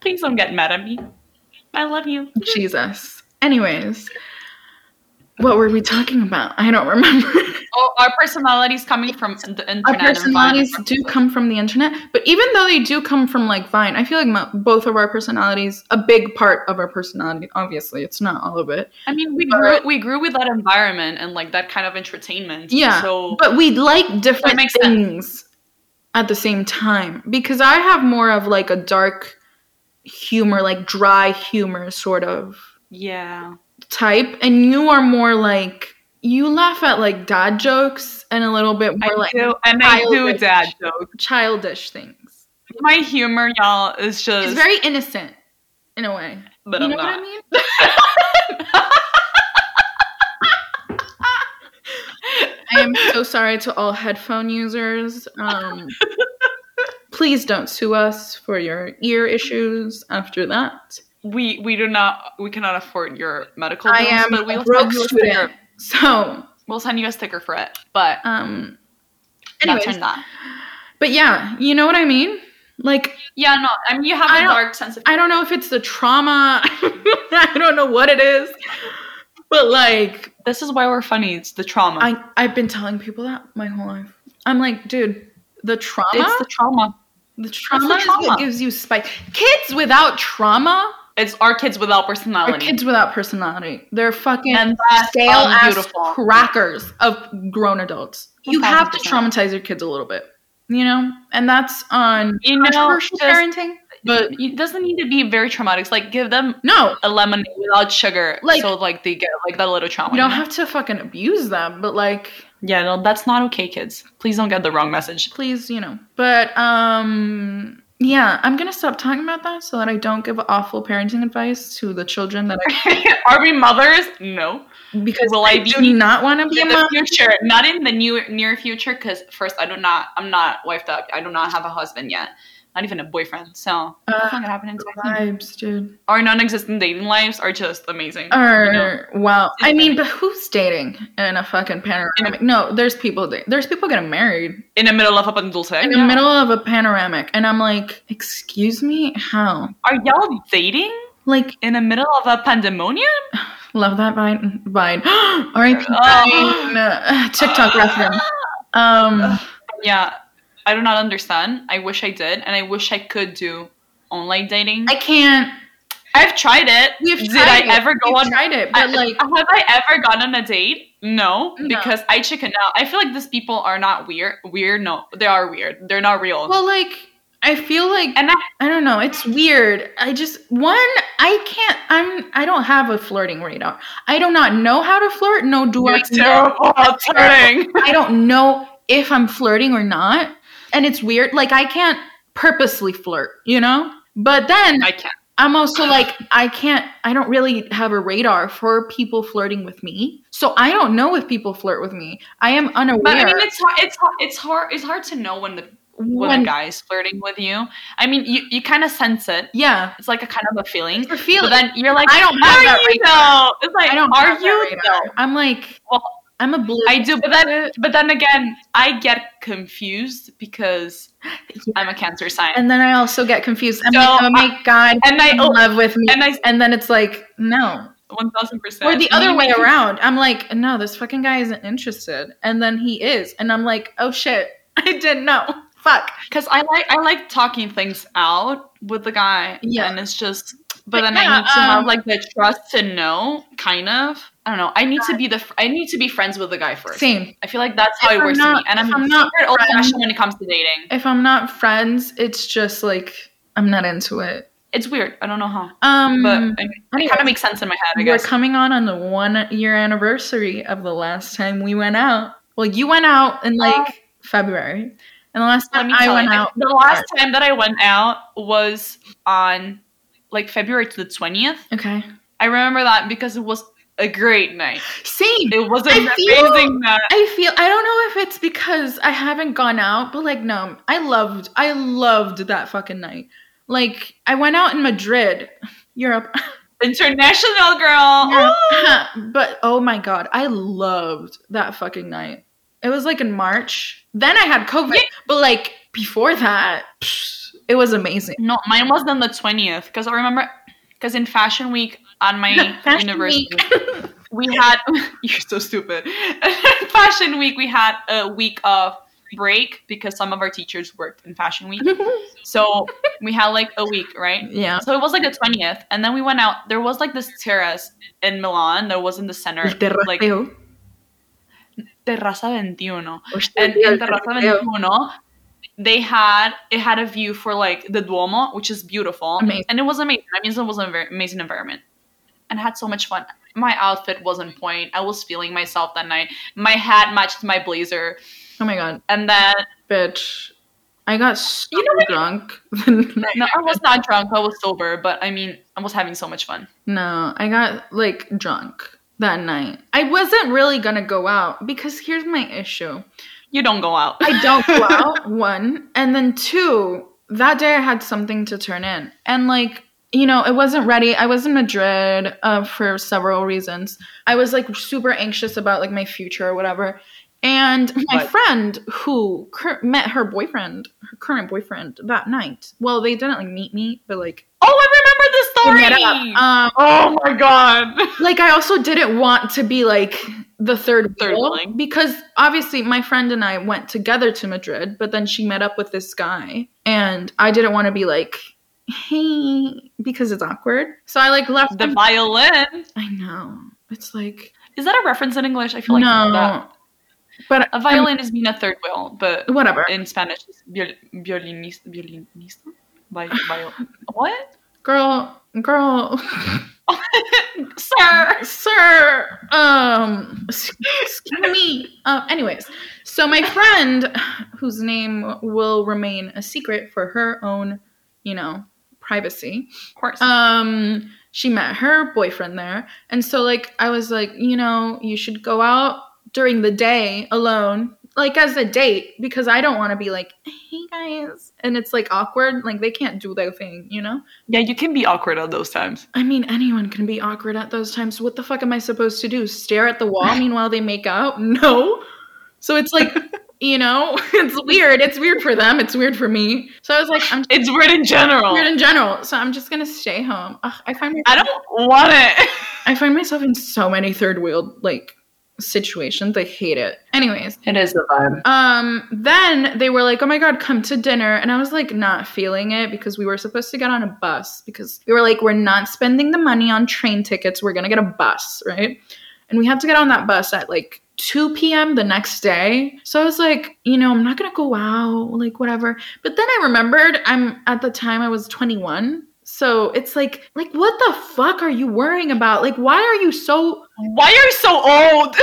S1: Please don't get mad at me. I love you.
S2: Jesus. Anyways, what were we talking about? I don't remember.
S1: Oh, our personalities coming from the internet.
S2: Our
S1: and
S2: personalities
S1: environment.
S2: do come from the internet, but even though they do come from like Vine, I feel like mo- both of our personalities, a big part of our personality, obviously, it's not all of it,
S1: I mean, we
S2: All
S1: grew
S2: right.
S1: we grew with that environment and like that kind of entertainment.
S2: Yeah,
S1: So
S2: but we like different
S1: makes sense.
S2: things at the same time because I have more of like a dark humor, like dry humor sort of
S1: yeah,
S2: type and you are more like you laugh at like dad jokes and a little bit more like
S1: do, and
S2: childish.
S1: jokes.
S2: childish things.
S1: My humor, y'all, is just
S2: It's very innocent in a way.
S1: but
S2: you
S1: I'm
S2: know
S1: not.
S2: what I mean? I am so sorry to all headphone users. Um, please don't sue us for your ear issues after that.
S1: We we do not we cannot afford your medical bills,
S2: I am
S1: but we'll
S2: a broke
S1: send you a
S2: student.
S1: sticker.
S2: So,
S1: We'll send you a sticker for it. But
S2: um,
S1: that's
S2: anyways,
S1: that.
S2: but yeah, you know what I mean? Like,
S1: Yeah, no, I mean you have
S2: I
S1: a
S2: don't-
S1: dark sense of
S2: I don't know if it's the trauma. I don't know what it is. But like
S1: this is why we're funny. It's the trauma.
S2: I I've been telling people that my whole life. I'm like, dude, the trauma
S1: It's the trauma.
S2: the, trauma is
S1: trauma.
S2: what gives you spike. Kids without trauma
S1: It's our kids without
S2: are
S1: personality.
S2: kids without personality. They're fucking
S1: and that's
S2: stale ass
S1: unbeautiful.
S2: crackers of grown adults. You have to
S1: 1000%.
S2: traumatize your kids a little bit. You know? And that's on
S1: You know,
S2: controversial
S1: just-
S2: parenting. But
S1: it doesn't need to be very traumatic. It's like give them
S2: no,
S1: a lemonade without sugar,
S2: Like-
S1: so like they get like that little trauma.
S2: you don't have to fucking abuse them, but like
S1: yeah, no, that's not okay, kids. Please don't get the wrong message.
S2: please, you know. But um yeah, I'm gonna stop talking about that so that I don't give awful parenting advice to the children that I
S1: Are we mothers? No.
S2: because
S1: Will
S2: I,
S1: I be-
S2: do not want to be a
S1: In the
S2: mom.
S1: future, not in the new near future, because first I do not, I'm not wifed up. I do not have a husband yet, not even a boyfriend. So that's
S2: Uh,
S1: not gonna happen in 2019.
S2: vibes, dude.
S1: Our non-existent dating lives are just amazing.
S2: Uh, Or wow,
S1: It's
S2: I
S1: funny.
S2: mean, but who's dating in a fucking panoramic? No, there's people. da- There's people getting married
S1: in the middle of a dulce.
S2: in the middle of a panoramic, and I'm like, excuse me, how?
S1: Are y'all dating
S2: Like,
S1: in the middle of a pandemonium?
S2: love that vine. Vine. R.I.P.
S1: Oh.
S2: Vine. Uh, TikTok reference. Um.
S1: Yeah, I do not understand. I wish I did, and I wish I could do online dating.
S2: I can't.
S1: I've tried it.
S2: We've
S1: Did
S2: tried
S1: I
S2: it.
S1: ever go
S2: We've
S1: on?
S2: Tried it, but
S1: I-
S2: like,
S1: have I ever gone on a date? No,
S2: No.
S1: because I chicken out. I feel like these people are not weird. Weird? No, they are weird. They're not real.
S2: well, like, I feel like
S1: and I,
S2: I don't know. It's weird. I just one. I can't. I'm. I don't have a flirting radar. I do not know how to flirt. No, do I?
S1: you're terrible at flirting.
S2: I don't know if I'm flirting or not, and it's weird. Like I can't purposely flirt, you know. But then
S1: I can't.
S2: I'm also like, I can't, I don't really have a radar for people flirting with me. So I don't know if people flirt with me. I am unaware.
S1: But I mean, it's hard. It's hard. It's hard. It's hard to know when the when, a
S2: When-
S1: guy is flirting with you. I mean, you you kind of sense it.
S2: yeah.
S1: It's like a kind of a feeling.
S2: For
S1: But
S2: feeling.
S1: then you're like,
S2: I don't
S1: are
S2: have that
S1: you
S2: radar.
S1: though? It's like,
S2: I don't
S1: are
S2: have that
S1: you
S2: radar.
S1: though?
S2: I'm like,
S1: Well,
S2: I'm a blue.
S1: I do, but then but then again, I get confused because
S2: Yeah.
S1: I'm a Cancer sign, and,
S2: and then I also get confused. I'm
S1: So
S2: like, oh my God,
S1: I
S2: in
S1: oh,
S2: love with me.
S1: and I
S2: And then it's like, no.
S1: one thousand percent.
S2: Or the other way around. I'm like, no, this fucking guy isn't interested. And then he is. And I'm like, oh shit, I didn't know. Fuck.
S1: because I like I like talking things out with the guy,
S2: Yeah.
S1: and it's just. But then I
S2: Yeah,
S1: need to have
S2: um,
S1: like the trust to know, kind of. I don't know. I need to be the fr- I need to be friends with the guy first.
S2: Same.
S1: I feel like that's how it
S2: If I'm
S1: works
S2: not-
S1: to me, and
S2: if
S1: I'm,
S2: I'm not
S1: not old
S2: friends-
S1: fashioned when it comes to dating.
S2: If I'm not friends, it's just like I'm not into it.
S1: It's weird. I don't know how,
S2: Um,
S1: but I- it
S2: anyway,
S1: kind of makes sense in my head. I
S2: we're
S1: guess.
S2: coming on on the one year anniversary of the last time we went out. Well, you went out in like February, and the last
S1: Oh. Let
S2: time
S1: me
S2: I
S1: tell
S2: went
S1: you,
S2: out,
S1: The last time that I went out was on like February to the twentieth.
S2: okay,
S1: I remember that because it was a great night.
S2: same.
S1: It was
S2: I
S1: an
S2: feel-
S1: amazing night.
S2: I feel I don't know if it's because I haven't gone out, but like no, I loved I loved that fucking night. Like I went out in Madrid, Europe.
S1: International girl. Oh.
S2: but oh my god, I loved that fucking night. It was like in March. Then I had COVID,
S1: Yeah.
S2: but like before that, psh, it was amazing.
S1: No, mine was on the twentieth because I remember because in Fashion Week on my
S2: Fashion
S1: university
S2: week.
S1: we had you're so stupid. Fashion Week we had a week of break because some of our teachers worked in Fashion Week, so we had like a week, right?
S2: yeah,
S1: So it was like the twentieth, and then we went out. There was like this terrace in Milan that was in the center,
S2: El terraceo.
S1: like Terraza 21.
S2: Hostia,
S1: and
S2: tío,
S1: in
S2: el
S1: Terraza
S2: terraceo.
S1: 21, they had it had a view for like the Duomo, which is beautiful,
S2: Amazing.
S1: and it was amazing. I mean, it was an ver- amazing environment, and I had so much fun. My outfit was on point. I was feeling myself that night. My hat matched my blazer,
S2: Oh my god,
S1: and then
S2: bitch! I got so
S1: You know
S2: drunk. the night
S1: no, I was not drunk. I was sober, but I mean, I was having so much fun.
S2: No, I got like drunk that night. I wasn't really gonna go out because here's my issue.
S1: You don't go out.
S2: I don't go out, one. And then two, that day I had something to turn in. And like, you know, it wasn't ready. I was in Madrid uh, for several reasons. I was like super anxious about like my future or whatever. And my
S1: Right.
S2: friend who cur- met her boyfriend, her current boyfriend, that night. Well, they didn't like meet me, but like
S1: oh, I
S2: we
S1: remember
S2: met
S1: the
S2: up.
S1: story.
S2: Um,
S1: oh my god.
S2: like I also didn't want to be like the third
S1: Third
S2: wheel,
S1: wheeling.
S2: because obviously my friend and I went together to Madrid, but then she met up with this guy, and I didn't want to be like, hey, because it's awkward. So I like left
S1: The
S2: him-
S1: violin.
S2: I know it's like
S1: Is that a reference in English? I feel like
S2: no,
S1: that.
S2: but
S1: A violin is mean a third wheel, but
S2: whatever.
S1: in Spanish, it's viol- violinista. violinista? Vi- viol- what?
S2: Girl, girl,
S1: Sir!
S2: sir. Um, excuse me. Um, anyways, so my friend, whose name will remain a secret for her own, you know, privacy.
S1: Of course.
S2: Um, she met her boyfriend there, and so like I was like, you know, you should go out during the day alone, like as a date, because I don't want to be like, hey guys, and it's like awkward. Like they can't do their thing, you know.
S1: yeah, you can be awkward at those times.
S2: I mean, anyone can be awkward at those times. What the fuck am I supposed to do? Stare at the wall meanwhile they make out? No. So it's like, you know, it's weird. It's weird for them. It's weird for me. So I was like, I'm just
S1: It's weird in general.
S2: weird in general. So I'm just gonna stay home. Ugh, I find
S1: I
S2: myself,
S1: don't want it.
S2: I find myself in so many third wheeled like situations. I hate it. Anyways,
S1: It is the vibe.
S2: um, then they were like, "Oh my god, come to dinner," and I was like, not feeling it because we were supposed to get on a bus because we were like, we're not spending the money on train tickets. We're gonna get a bus, right? And we had to get on that bus at like 2 p.m. the next day. So I was like, you know, I'm not gonna go out, like whatever. But then I remembered I'm at the time I was 21. So it's like, like what the fuck are you worrying about? Like, why are you so
S1: Why are you so old?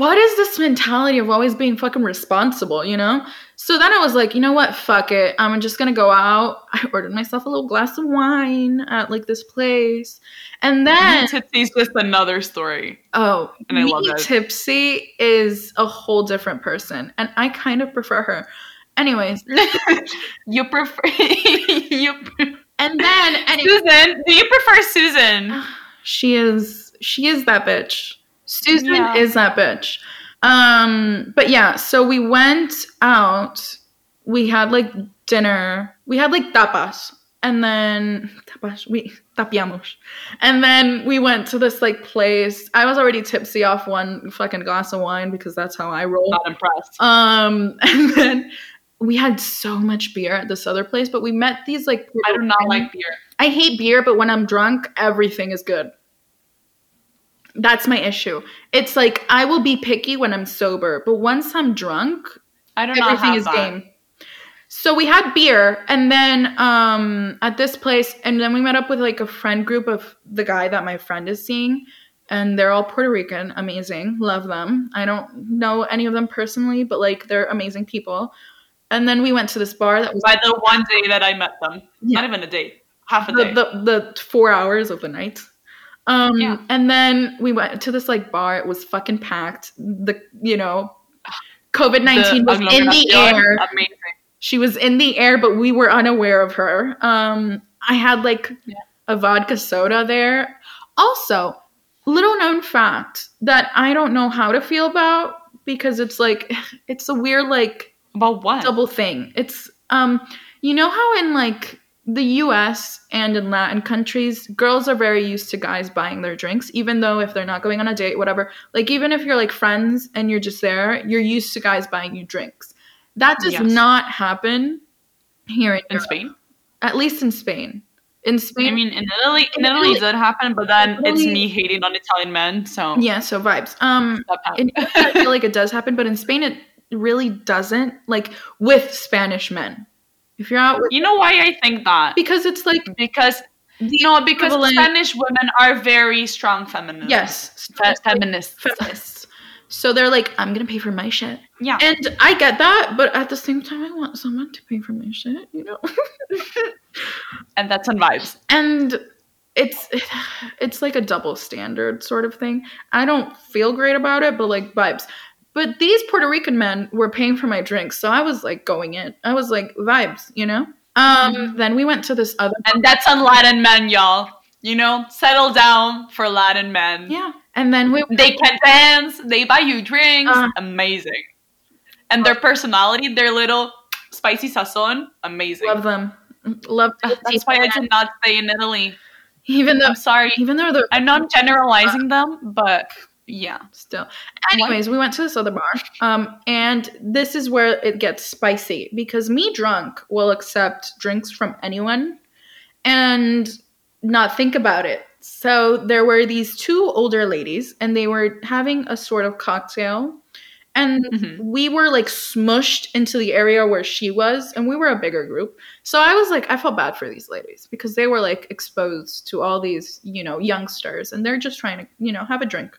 S2: what is this mentality of always being fucking responsible, you know? So then I was like, you know what? Fuck it. I'm just gonna go out. I ordered myself a little glass of wine at like this place. And then
S1: Tootsie's just another story.
S2: oh
S1: Mm-hmm. And I
S2: me
S1: love that.
S2: tipsy is a whole different person. And I kind of prefer her. Anyways,
S1: You prefer. you pre-
S2: and then anyway,
S1: Susan? Do you prefer Susan?
S2: she is she is that bitch. Susan
S1: Yeah.
S2: is that bitch. Um, but yeah, so we went out. We had like dinner. We had like tapas, and then tapas. We tapiamos, and then we went to this like place. I was already tipsy off one fucking glass of wine because that's how I roll.
S1: Not impressed.
S2: Um, and then we had so much beer at this other place, but we met these like
S1: I do not like beer.
S2: I hate beer, but when I'm drunk, everything is good. That's my issue. It's like I will be picky when I'm sober, but once I'm drunk,
S1: I don't know
S2: everything
S1: how
S2: is
S1: that.
S2: game. So we had beer, and then um, at this place, and then we met up with like a friend group of the guy that my friend is seeing, and they're all Puerto Rican, amazing, love them. I don't know any of them personally, but like they're amazing people. And then we went to this bar that was
S1: By the one day that I met them,
S2: Yeah.
S1: not even a day, half a
S2: the,
S1: day.
S2: the, the four hours of the night. Um,
S1: Yeah.
S2: And then we went to this like bar. It was fucking packed. The you know, COVID nineteen was in the
S1: aglomeración,
S2: air.
S1: Amazing.
S2: She was in the air, but we were unaware of her. Um, I had like
S1: Yeah.
S2: a vodka soda there. Also, little known fact that I don't know how to feel about because it's like it's a weird like
S1: About what?
S2: double thing. It's um you know how in like the US and in Latin countries, girls are very used to guys buying their drinks, even though if they're not going on a date, whatever. Like even if you're like friends and you're just there, you're used to guys buying you drinks. That does
S1: Yes.
S2: not happen here in,
S1: in
S2: Europe,
S1: Spain?
S2: at least in Spain. In Spain,
S1: I mean, in Italy, in
S2: In
S1: Italy
S2: Italy-
S1: it did happen, but then it's
S2: Italy-
S1: me hating on Italian men, so
S2: yeah, so vibes. Um,
S1: that happened.
S2: in Europe, I feel like it does happen, but in Spain, it really doesn't. Like with Spanish men, if you're out with
S1: You know why I think that?
S2: because it's like
S1: Because
S2: the
S1: no, because
S2: equivalent-
S1: Spanish women are very strong feminists.
S2: Yes,
S1: Fe- feminists.
S2: feminists. So they're like, I'm gonna pay for my shit,
S1: Yeah.
S2: and I get that, but at the same time, I want someone to pay for my shit, you know.
S1: And that's on vibes.
S2: And it's it's like a double standard sort of thing. I don't feel great about it, but like vibes. But these Puerto Rican men were paying for my drinks, so I was like going in. I was like vibes, you know. Um, then we went to this other
S1: And that's on Latin men, y'all. You know, settle down for Latin men.
S2: yeah, and then we
S1: They can dance, they buy you drinks.
S2: Uh.
S1: amazing. And their personality, their little spicy sazon, amazing.
S2: love them, love.
S1: Ugh, That's why I did not stay in Italy.
S2: even though
S1: I'm sorry.
S2: even though they're
S1: I'm not generalizing them, but Uh, yeah.
S2: still. Anyways, we went to this other bar. Um, and this is where it gets spicy because me drunk will accept drinks from anyone and not think about it. So there were these two older ladies and they were having a sort of cocktail. And
S1: Mhm.
S2: we were like smushed into the area where she was, and we were a bigger group. So I was like, I felt bad for these ladies because they were like exposed to all these, you know, youngsters and they're just trying to, you know, have a drink.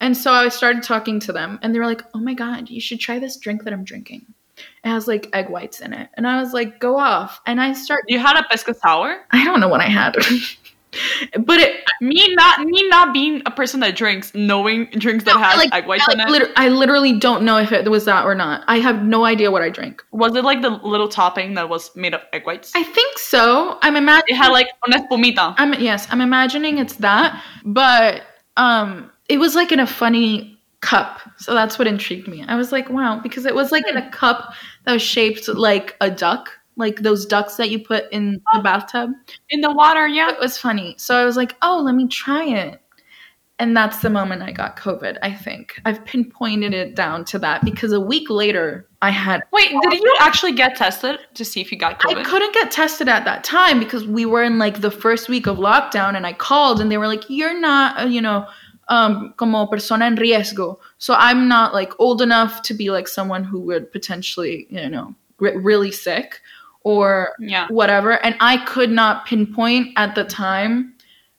S2: And so I started talking to them, and they were like, Oh my God, you should try this drink that I'm drinking. It has like egg whites in it. And I was like, Go off. And I start,
S1: You had a pesca sour?
S2: I don't know what I had, but it,
S1: Me not me not being a person that drinks, knowing drinks that
S2: No,
S1: has
S2: like-
S1: egg whites
S2: I,
S1: on it.
S2: like, liter- I literally don't know if it was that or not. I have no idea what I drank.
S1: was it like the little topping that was made of egg whites?
S2: I think so. I'm
S1: it
S2: imagining.
S1: had like una espumita.
S2: I'm yes, I'm imagining it's that, but um, it was like in a funny cup, so that's what intrigued me. I was like, wow, because it was like in
S1: Hmm.
S2: a cup that was shaped like a duck, like those ducks that you put in the bathtub.
S1: In the Oh, water, yeah.
S2: It was funny, so I was like, oh, let me try it. And that's the moment I got COVID. I think I've pinpointed it down to that because a week later I had
S1: Wait, did you actually get tested to see if you got
S2: I
S1: COVID?
S2: couldn't get tested at that time because we were in like the first week of lockdown and I called and they were like, you're not, uh, you know, um, como persona en riesgo. So I'm not like old enough to be like someone who would potentially, you know, re- really sick or
S1: yeah.
S2: whatever. And I could not pinpoint at the time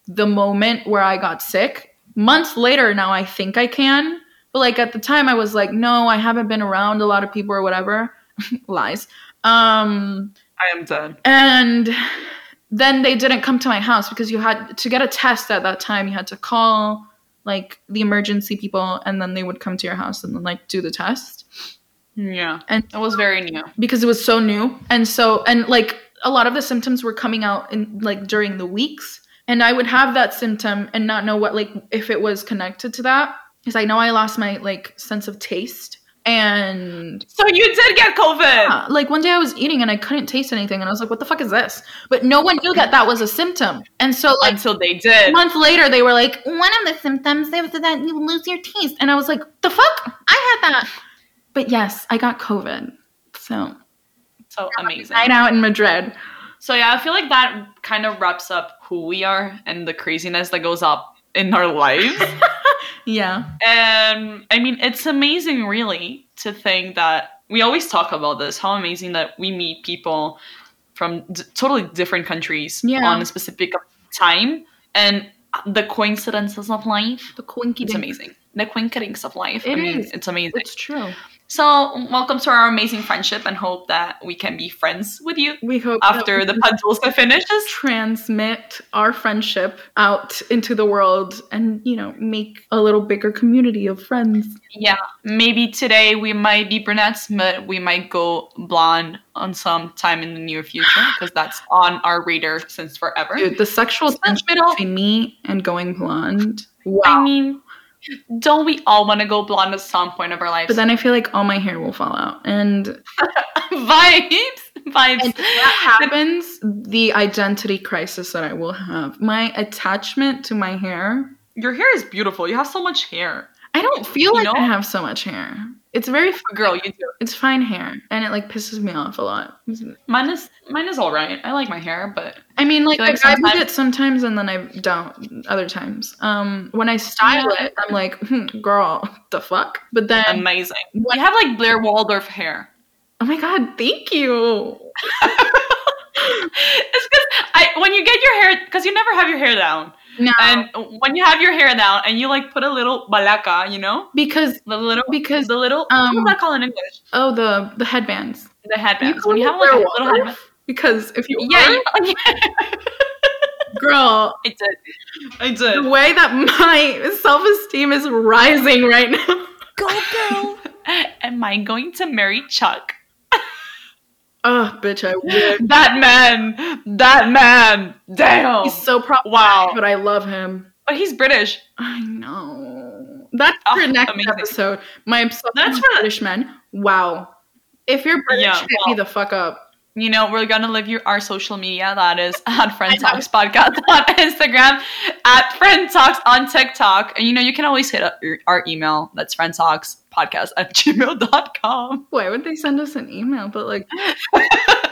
S2: the moment where I got sick. Months later, now I think I can. But like at the time, I was like, no, I haven't been around a lot of people or whatever. Lies. Um,
S1: I am done.
S2: and then they didn't come to my house because you had to get a test at that time you had to call like the emergency people and then they would come to your house and then like do the test
S1: Yeah.
S2: And-
S1: it was very new.
S2: because it was so new and so and like a lot of the symptoms were coming out in like during the weeks and i would have that symptom and not know what like if it was connected to that because i know i lost my like sense of taste and
S1: So you did get COVID.
S2: Yeah, like one day I was eating and I couldn't taste anything, and I was like, "What the fuck is this?" But no one knew that that was a symptom, and so like
S1: until they
S2: a
S1: did.
S2: month later, they were like, "One of the symptoms is that you lose your taste," and I was like, "The fuck? I had that." But yes, I got COVID. So
S1: So amazing.
S2: night out in Madrid.
S1: So yeah, I feel like that kind of wraps up who we are and the craziness that goes up in our lives.
S2: yeah.
S1: And I mean, it's amazing, really, to think that we always talk about this how amazing that we meet people from d- totally different countries
S2: Yeah.
S1: on a specific time and the coincidences of life.
S2: The quinky
S1: It's amazing. The coincidences of life. I
S2: It
S1: mean,
S2: is.
S1: it's amazing.
S2: It's true.
S1: So, welcome to our amazing friendship and hope that we can be friends with you
S2: We hope that
S1: after
S2: we
S1: the
S2: can
S1: Pandulce finishes.
S2: transmit our friendship out into the world and, you know, make a little bigger community of friends.
S1: Yeah, maybe today we might be brunettes, but we might go blonde on some time in the near future because that's on our radar since forever.
S2: Dude, the sexual
S1: Split
S2: tension
S1: middle.
S2: between me and going blonde. Wow.
S1: I mean, don't we all want to go blonde at some point of our lives?
S2: But then I feel like all my hair will fall out. And
S1: vibes, vibes.
S2: if that happens, the identity crisis that I will have, my attachment to my hair,
S1: Your hair is beautiful. You have so much hair,
S2: I don't feel
S1: You
S2: like
S1: know?
S2: I have so much hair. It's very,
S1: girl. You do.
S2: it's fine hair, and it like pisses me off a lot.
S1: Mine is mine is all right. I like my hair, but
S2: I mean, like,
S1: feel like
S2: like I
S1: sometimes-
S2: do it sometimes, and then I don't other times. Um, when I style
S1: Yeah.
S2: it, I'm like, hmm, girl, the fuck. But then,
S1: amazing.
S2: when-
S1: You have like Blair Waldorf hair.
S2: oh my god, thank you.
S1: it's because I when you get your hair because you never have your hair down.
S2: No,
S1: And when you have your hair down and you like put a little balaka, you know,
S2: because
S1: the little
S2: because
S1: the little
S2: um,
S1: what's that called in English?
S2: oh the the headbands.
S1: The headbands.
S2: call
S1: when you
S2: it
S1: have like a
S2: Blair
S1: little
S2: Waldorf?
S1: headband,
S2: Because if you
S1: yeah,
S2: are,
S1: you,
S2: girl,
S1: I did, I
S2: the
S1: did.
S2: way that my self esteem is rising right now.
S3: Go, girl.
S1: Am I going to marry Chuck?
S2: Oh, bitch, I would.
S1: That man, that man. Damn.
S2: He's so proud,
S1: wow.
S2: but I love him.
S1: But he's British.
S2: I know. That's
S1: Oh,
S2: for next
S1: amazing.
S2: episode. My obsession
S1: That's
S2: with
S1: for-
S2: British men. Wow. If you're British,
S1: Yeah,
S2: hit me the fuck up.
S1: You know, we're gonna live your our social media. That is at Friend
S2: I know.
S1: Talks Podcast on Instagram, at Friend Talks on TikTok. And you know, you can always hit up your- our email. That's Friend Talks Podcast at gmail.com.
S2: Why would they send us an email? But like,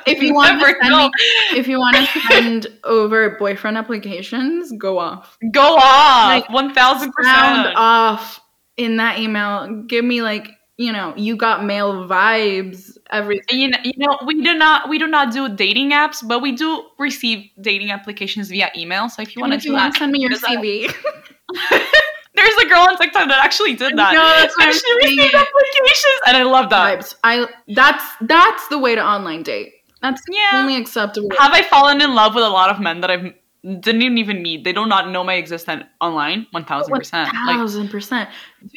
S2: if you want to
S1: Never
S2: send
S1: know.
S2: me, if you want to send over boyfriend applications, go off,
S1: Go off.
S2: Like,
S1: One thousand
S2: round
S1: percent.
S2: off in that email. Give me like, you know, you got male vibes. Everything.
S1: You know, you know, we do not we do not do dating apps, but we do receive dating applications via email. So if you want to
S2: If
S1: do that,
S2: send me your
S1: Does that-
S2: CV.
S1: there's a girl on TikTok that actually did that.
S2: No, that's what
S1: and
S2: I'm
S1: she received
S2: saying.
S1: applications, and I love that.
S2: vibes. I that's that's the way to online date. That's
S1: Yeah.
S2: only acceptable.
S1: Have I fallen in love with a lot of men that I've didn't even meet? They do not know my existence online. One thousand percent. Like
S2: thousand percent.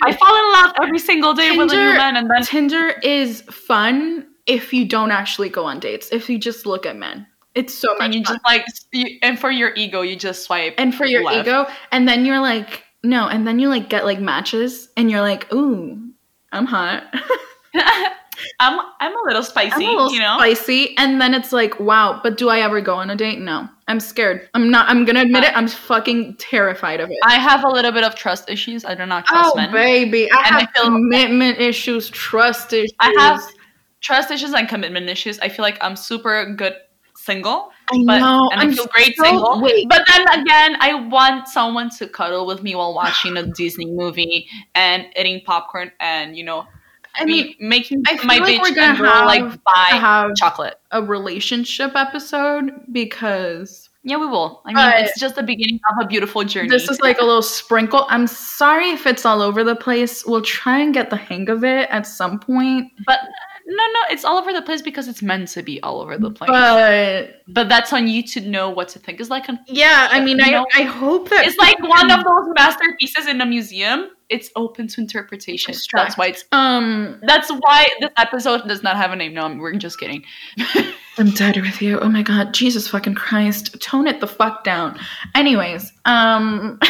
S1: I fall in love every single day with a new
S2: Tinder-
S1: man, and then
S2: Tinder is fun if you don't actually go on dates. If you just look at men, it's so much
S1: and you
S2: fun.
S1: just like you, and for your ego, you just swipe.
S2: and for your
S1: left.
S2: ego, and then you're like, no, and then you like get like matches, and you're like, ooh, I'm hot.
S1: I'm I'm a little spicy,
S2: I'm a little
S1: you know.
S2: spicy, and then it's like, wow, but do I ever go on a date? No, I'm scared. I'm not. I'm gonna admit it. I'm fucking terrified of it.
S1: I have a little bit of trust issues. I do not trust
S2: Oh
S1: men.
S2: baby, I
S1: And I
S2: have
S1: feel-
S2: commitment issues, trust issues.
S1: I have trust issues and commitment issues. I feel like I'm super good single,
S2: I
S1: but
S2: know.
S1: and
S2: I'm
S1: I feel great
S2: so-
S1: single.
S2: Wait,
S1: But then again, I want someone to cuddle with me while watching a Disney movie and eating popcorn and you know,
S2: I mean,
S1: me making
S2: I feel
S1: my
S2: like
S1: bitch
S2: we're gonna
S1: and girl
S2: have-
S1: like
S2: I
S1: buy
S2: have
S1: chocolate.
S2: a relationship episode because
S1: Yeah, we will. I mean,
S2: But-
S1: it's just the beginning of a beautiful journey.
S2: this is like a little sprinkle. I'm sorry if it's all over the place. We'll try and get the hang of it at some point,
S1: no, no, it's all over the place because it's meant to be all over the place. But,
S2: but
S1: that's on you to know what to think. It's like an
S2: yeah, I mean,
S1: You
S2: I
S1: know,
S2: I hope that
S1: it's like one of those masterpieces in a museum. It's open to interpretation. That's why it's
S2: um.
S1: that's why this episode does not have a name. No, I'm, we're just kidding.
S2: I'm dead with you. Oh my god, Jesus fucking Christ, tone it the fuck down. Anyways, um.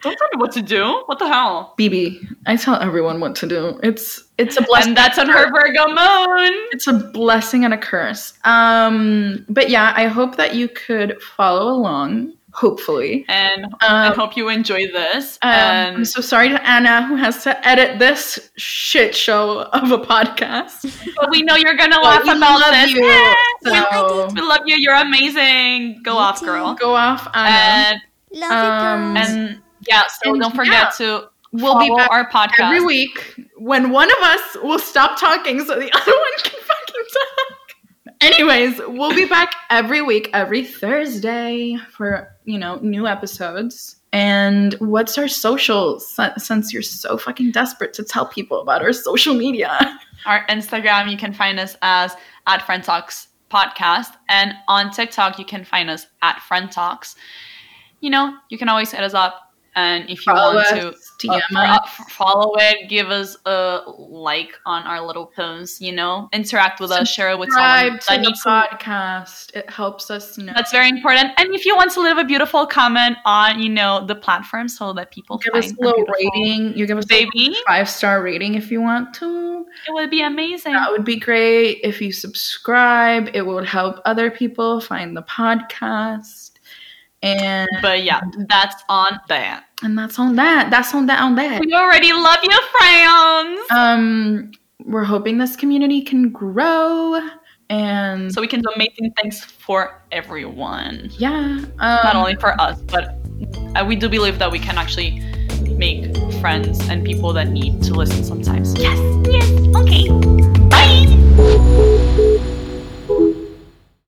S1: Don't tell me what to do. What the hell?
S2: BB, I tell everyone what to do. It's it's a blessing.
S1: and that's on her Virgo moon.
S2: It's a blessing and a curse. Um, but yeah, I hope that you could follow along. Hopefully,
S1: And I
S2: um,
S1: hope you enjoy this.
S2: um, I'm
S1: and
S2: so sorry to Anna who has to edit this shit show of a podcast.
S1: but we know you're gonna
S2: But
S1: laugh
S2: we
S1: about
S2: love
S1: this.
S2: you,
S1: Yeah, we,
S2: so
S1: we love you. You're amazing. Go
S3: You
S1: off,
S3: too.
S1: girl.
S2: go off, Anna.
S1: And
S3: Love
S2: Um,
S3: you, girl.
S1: and yeah, so
S2: And
S1: don't forget to
S2: We'll be
S1: Follow
S2: back
S1: our podcast.
S2: every week when one of us will stop talking so the other one can fucking talk. Anyways, we'll be back every week, every Thursday for, you know, new episodes. And what's our social since you're so fucking desperate to tell people about our social media?
S1: Our Instagram, you can find us as at Friend Talks Podcast. And on TikTok, you can find us at Friend Talks. You know, you can always hit us up. And if you want to
S2: DM
S1: uh,
S2: us.
S1: for- uh, follow it, give us a like on our little posts, you know, interact with us, share it with someone
S2: subscribe to
S1: that
S2: the
S1: needs to
S2: podcast. It helps us know.
S1: That's very important. And if you want to leave a beautiful comment on, you know, the platform so that people
S2: give
S1: find
S2: us a
S1: our
S2: little
S1: beautiful
S2: rating. You give us a
S1: Baby,
S2: five star rating if you want to.
S1: it would be amazing.
S2: That would be great if you subscribe. It would help other people find the podcast. And
S1: But yeah, that's on that.
S2: and that's on that. That's on that on that.
S1: We already love you, friends.
S2: Um we're hoping this community can grow and
S1: So we can do amazing things for everyone,
S2: yeah. Um,
S1: not only for us, but uh, we do believe that we can actually make friends and people that need to listen sometimes.
S3: Yes. Okay.
S1: Bye.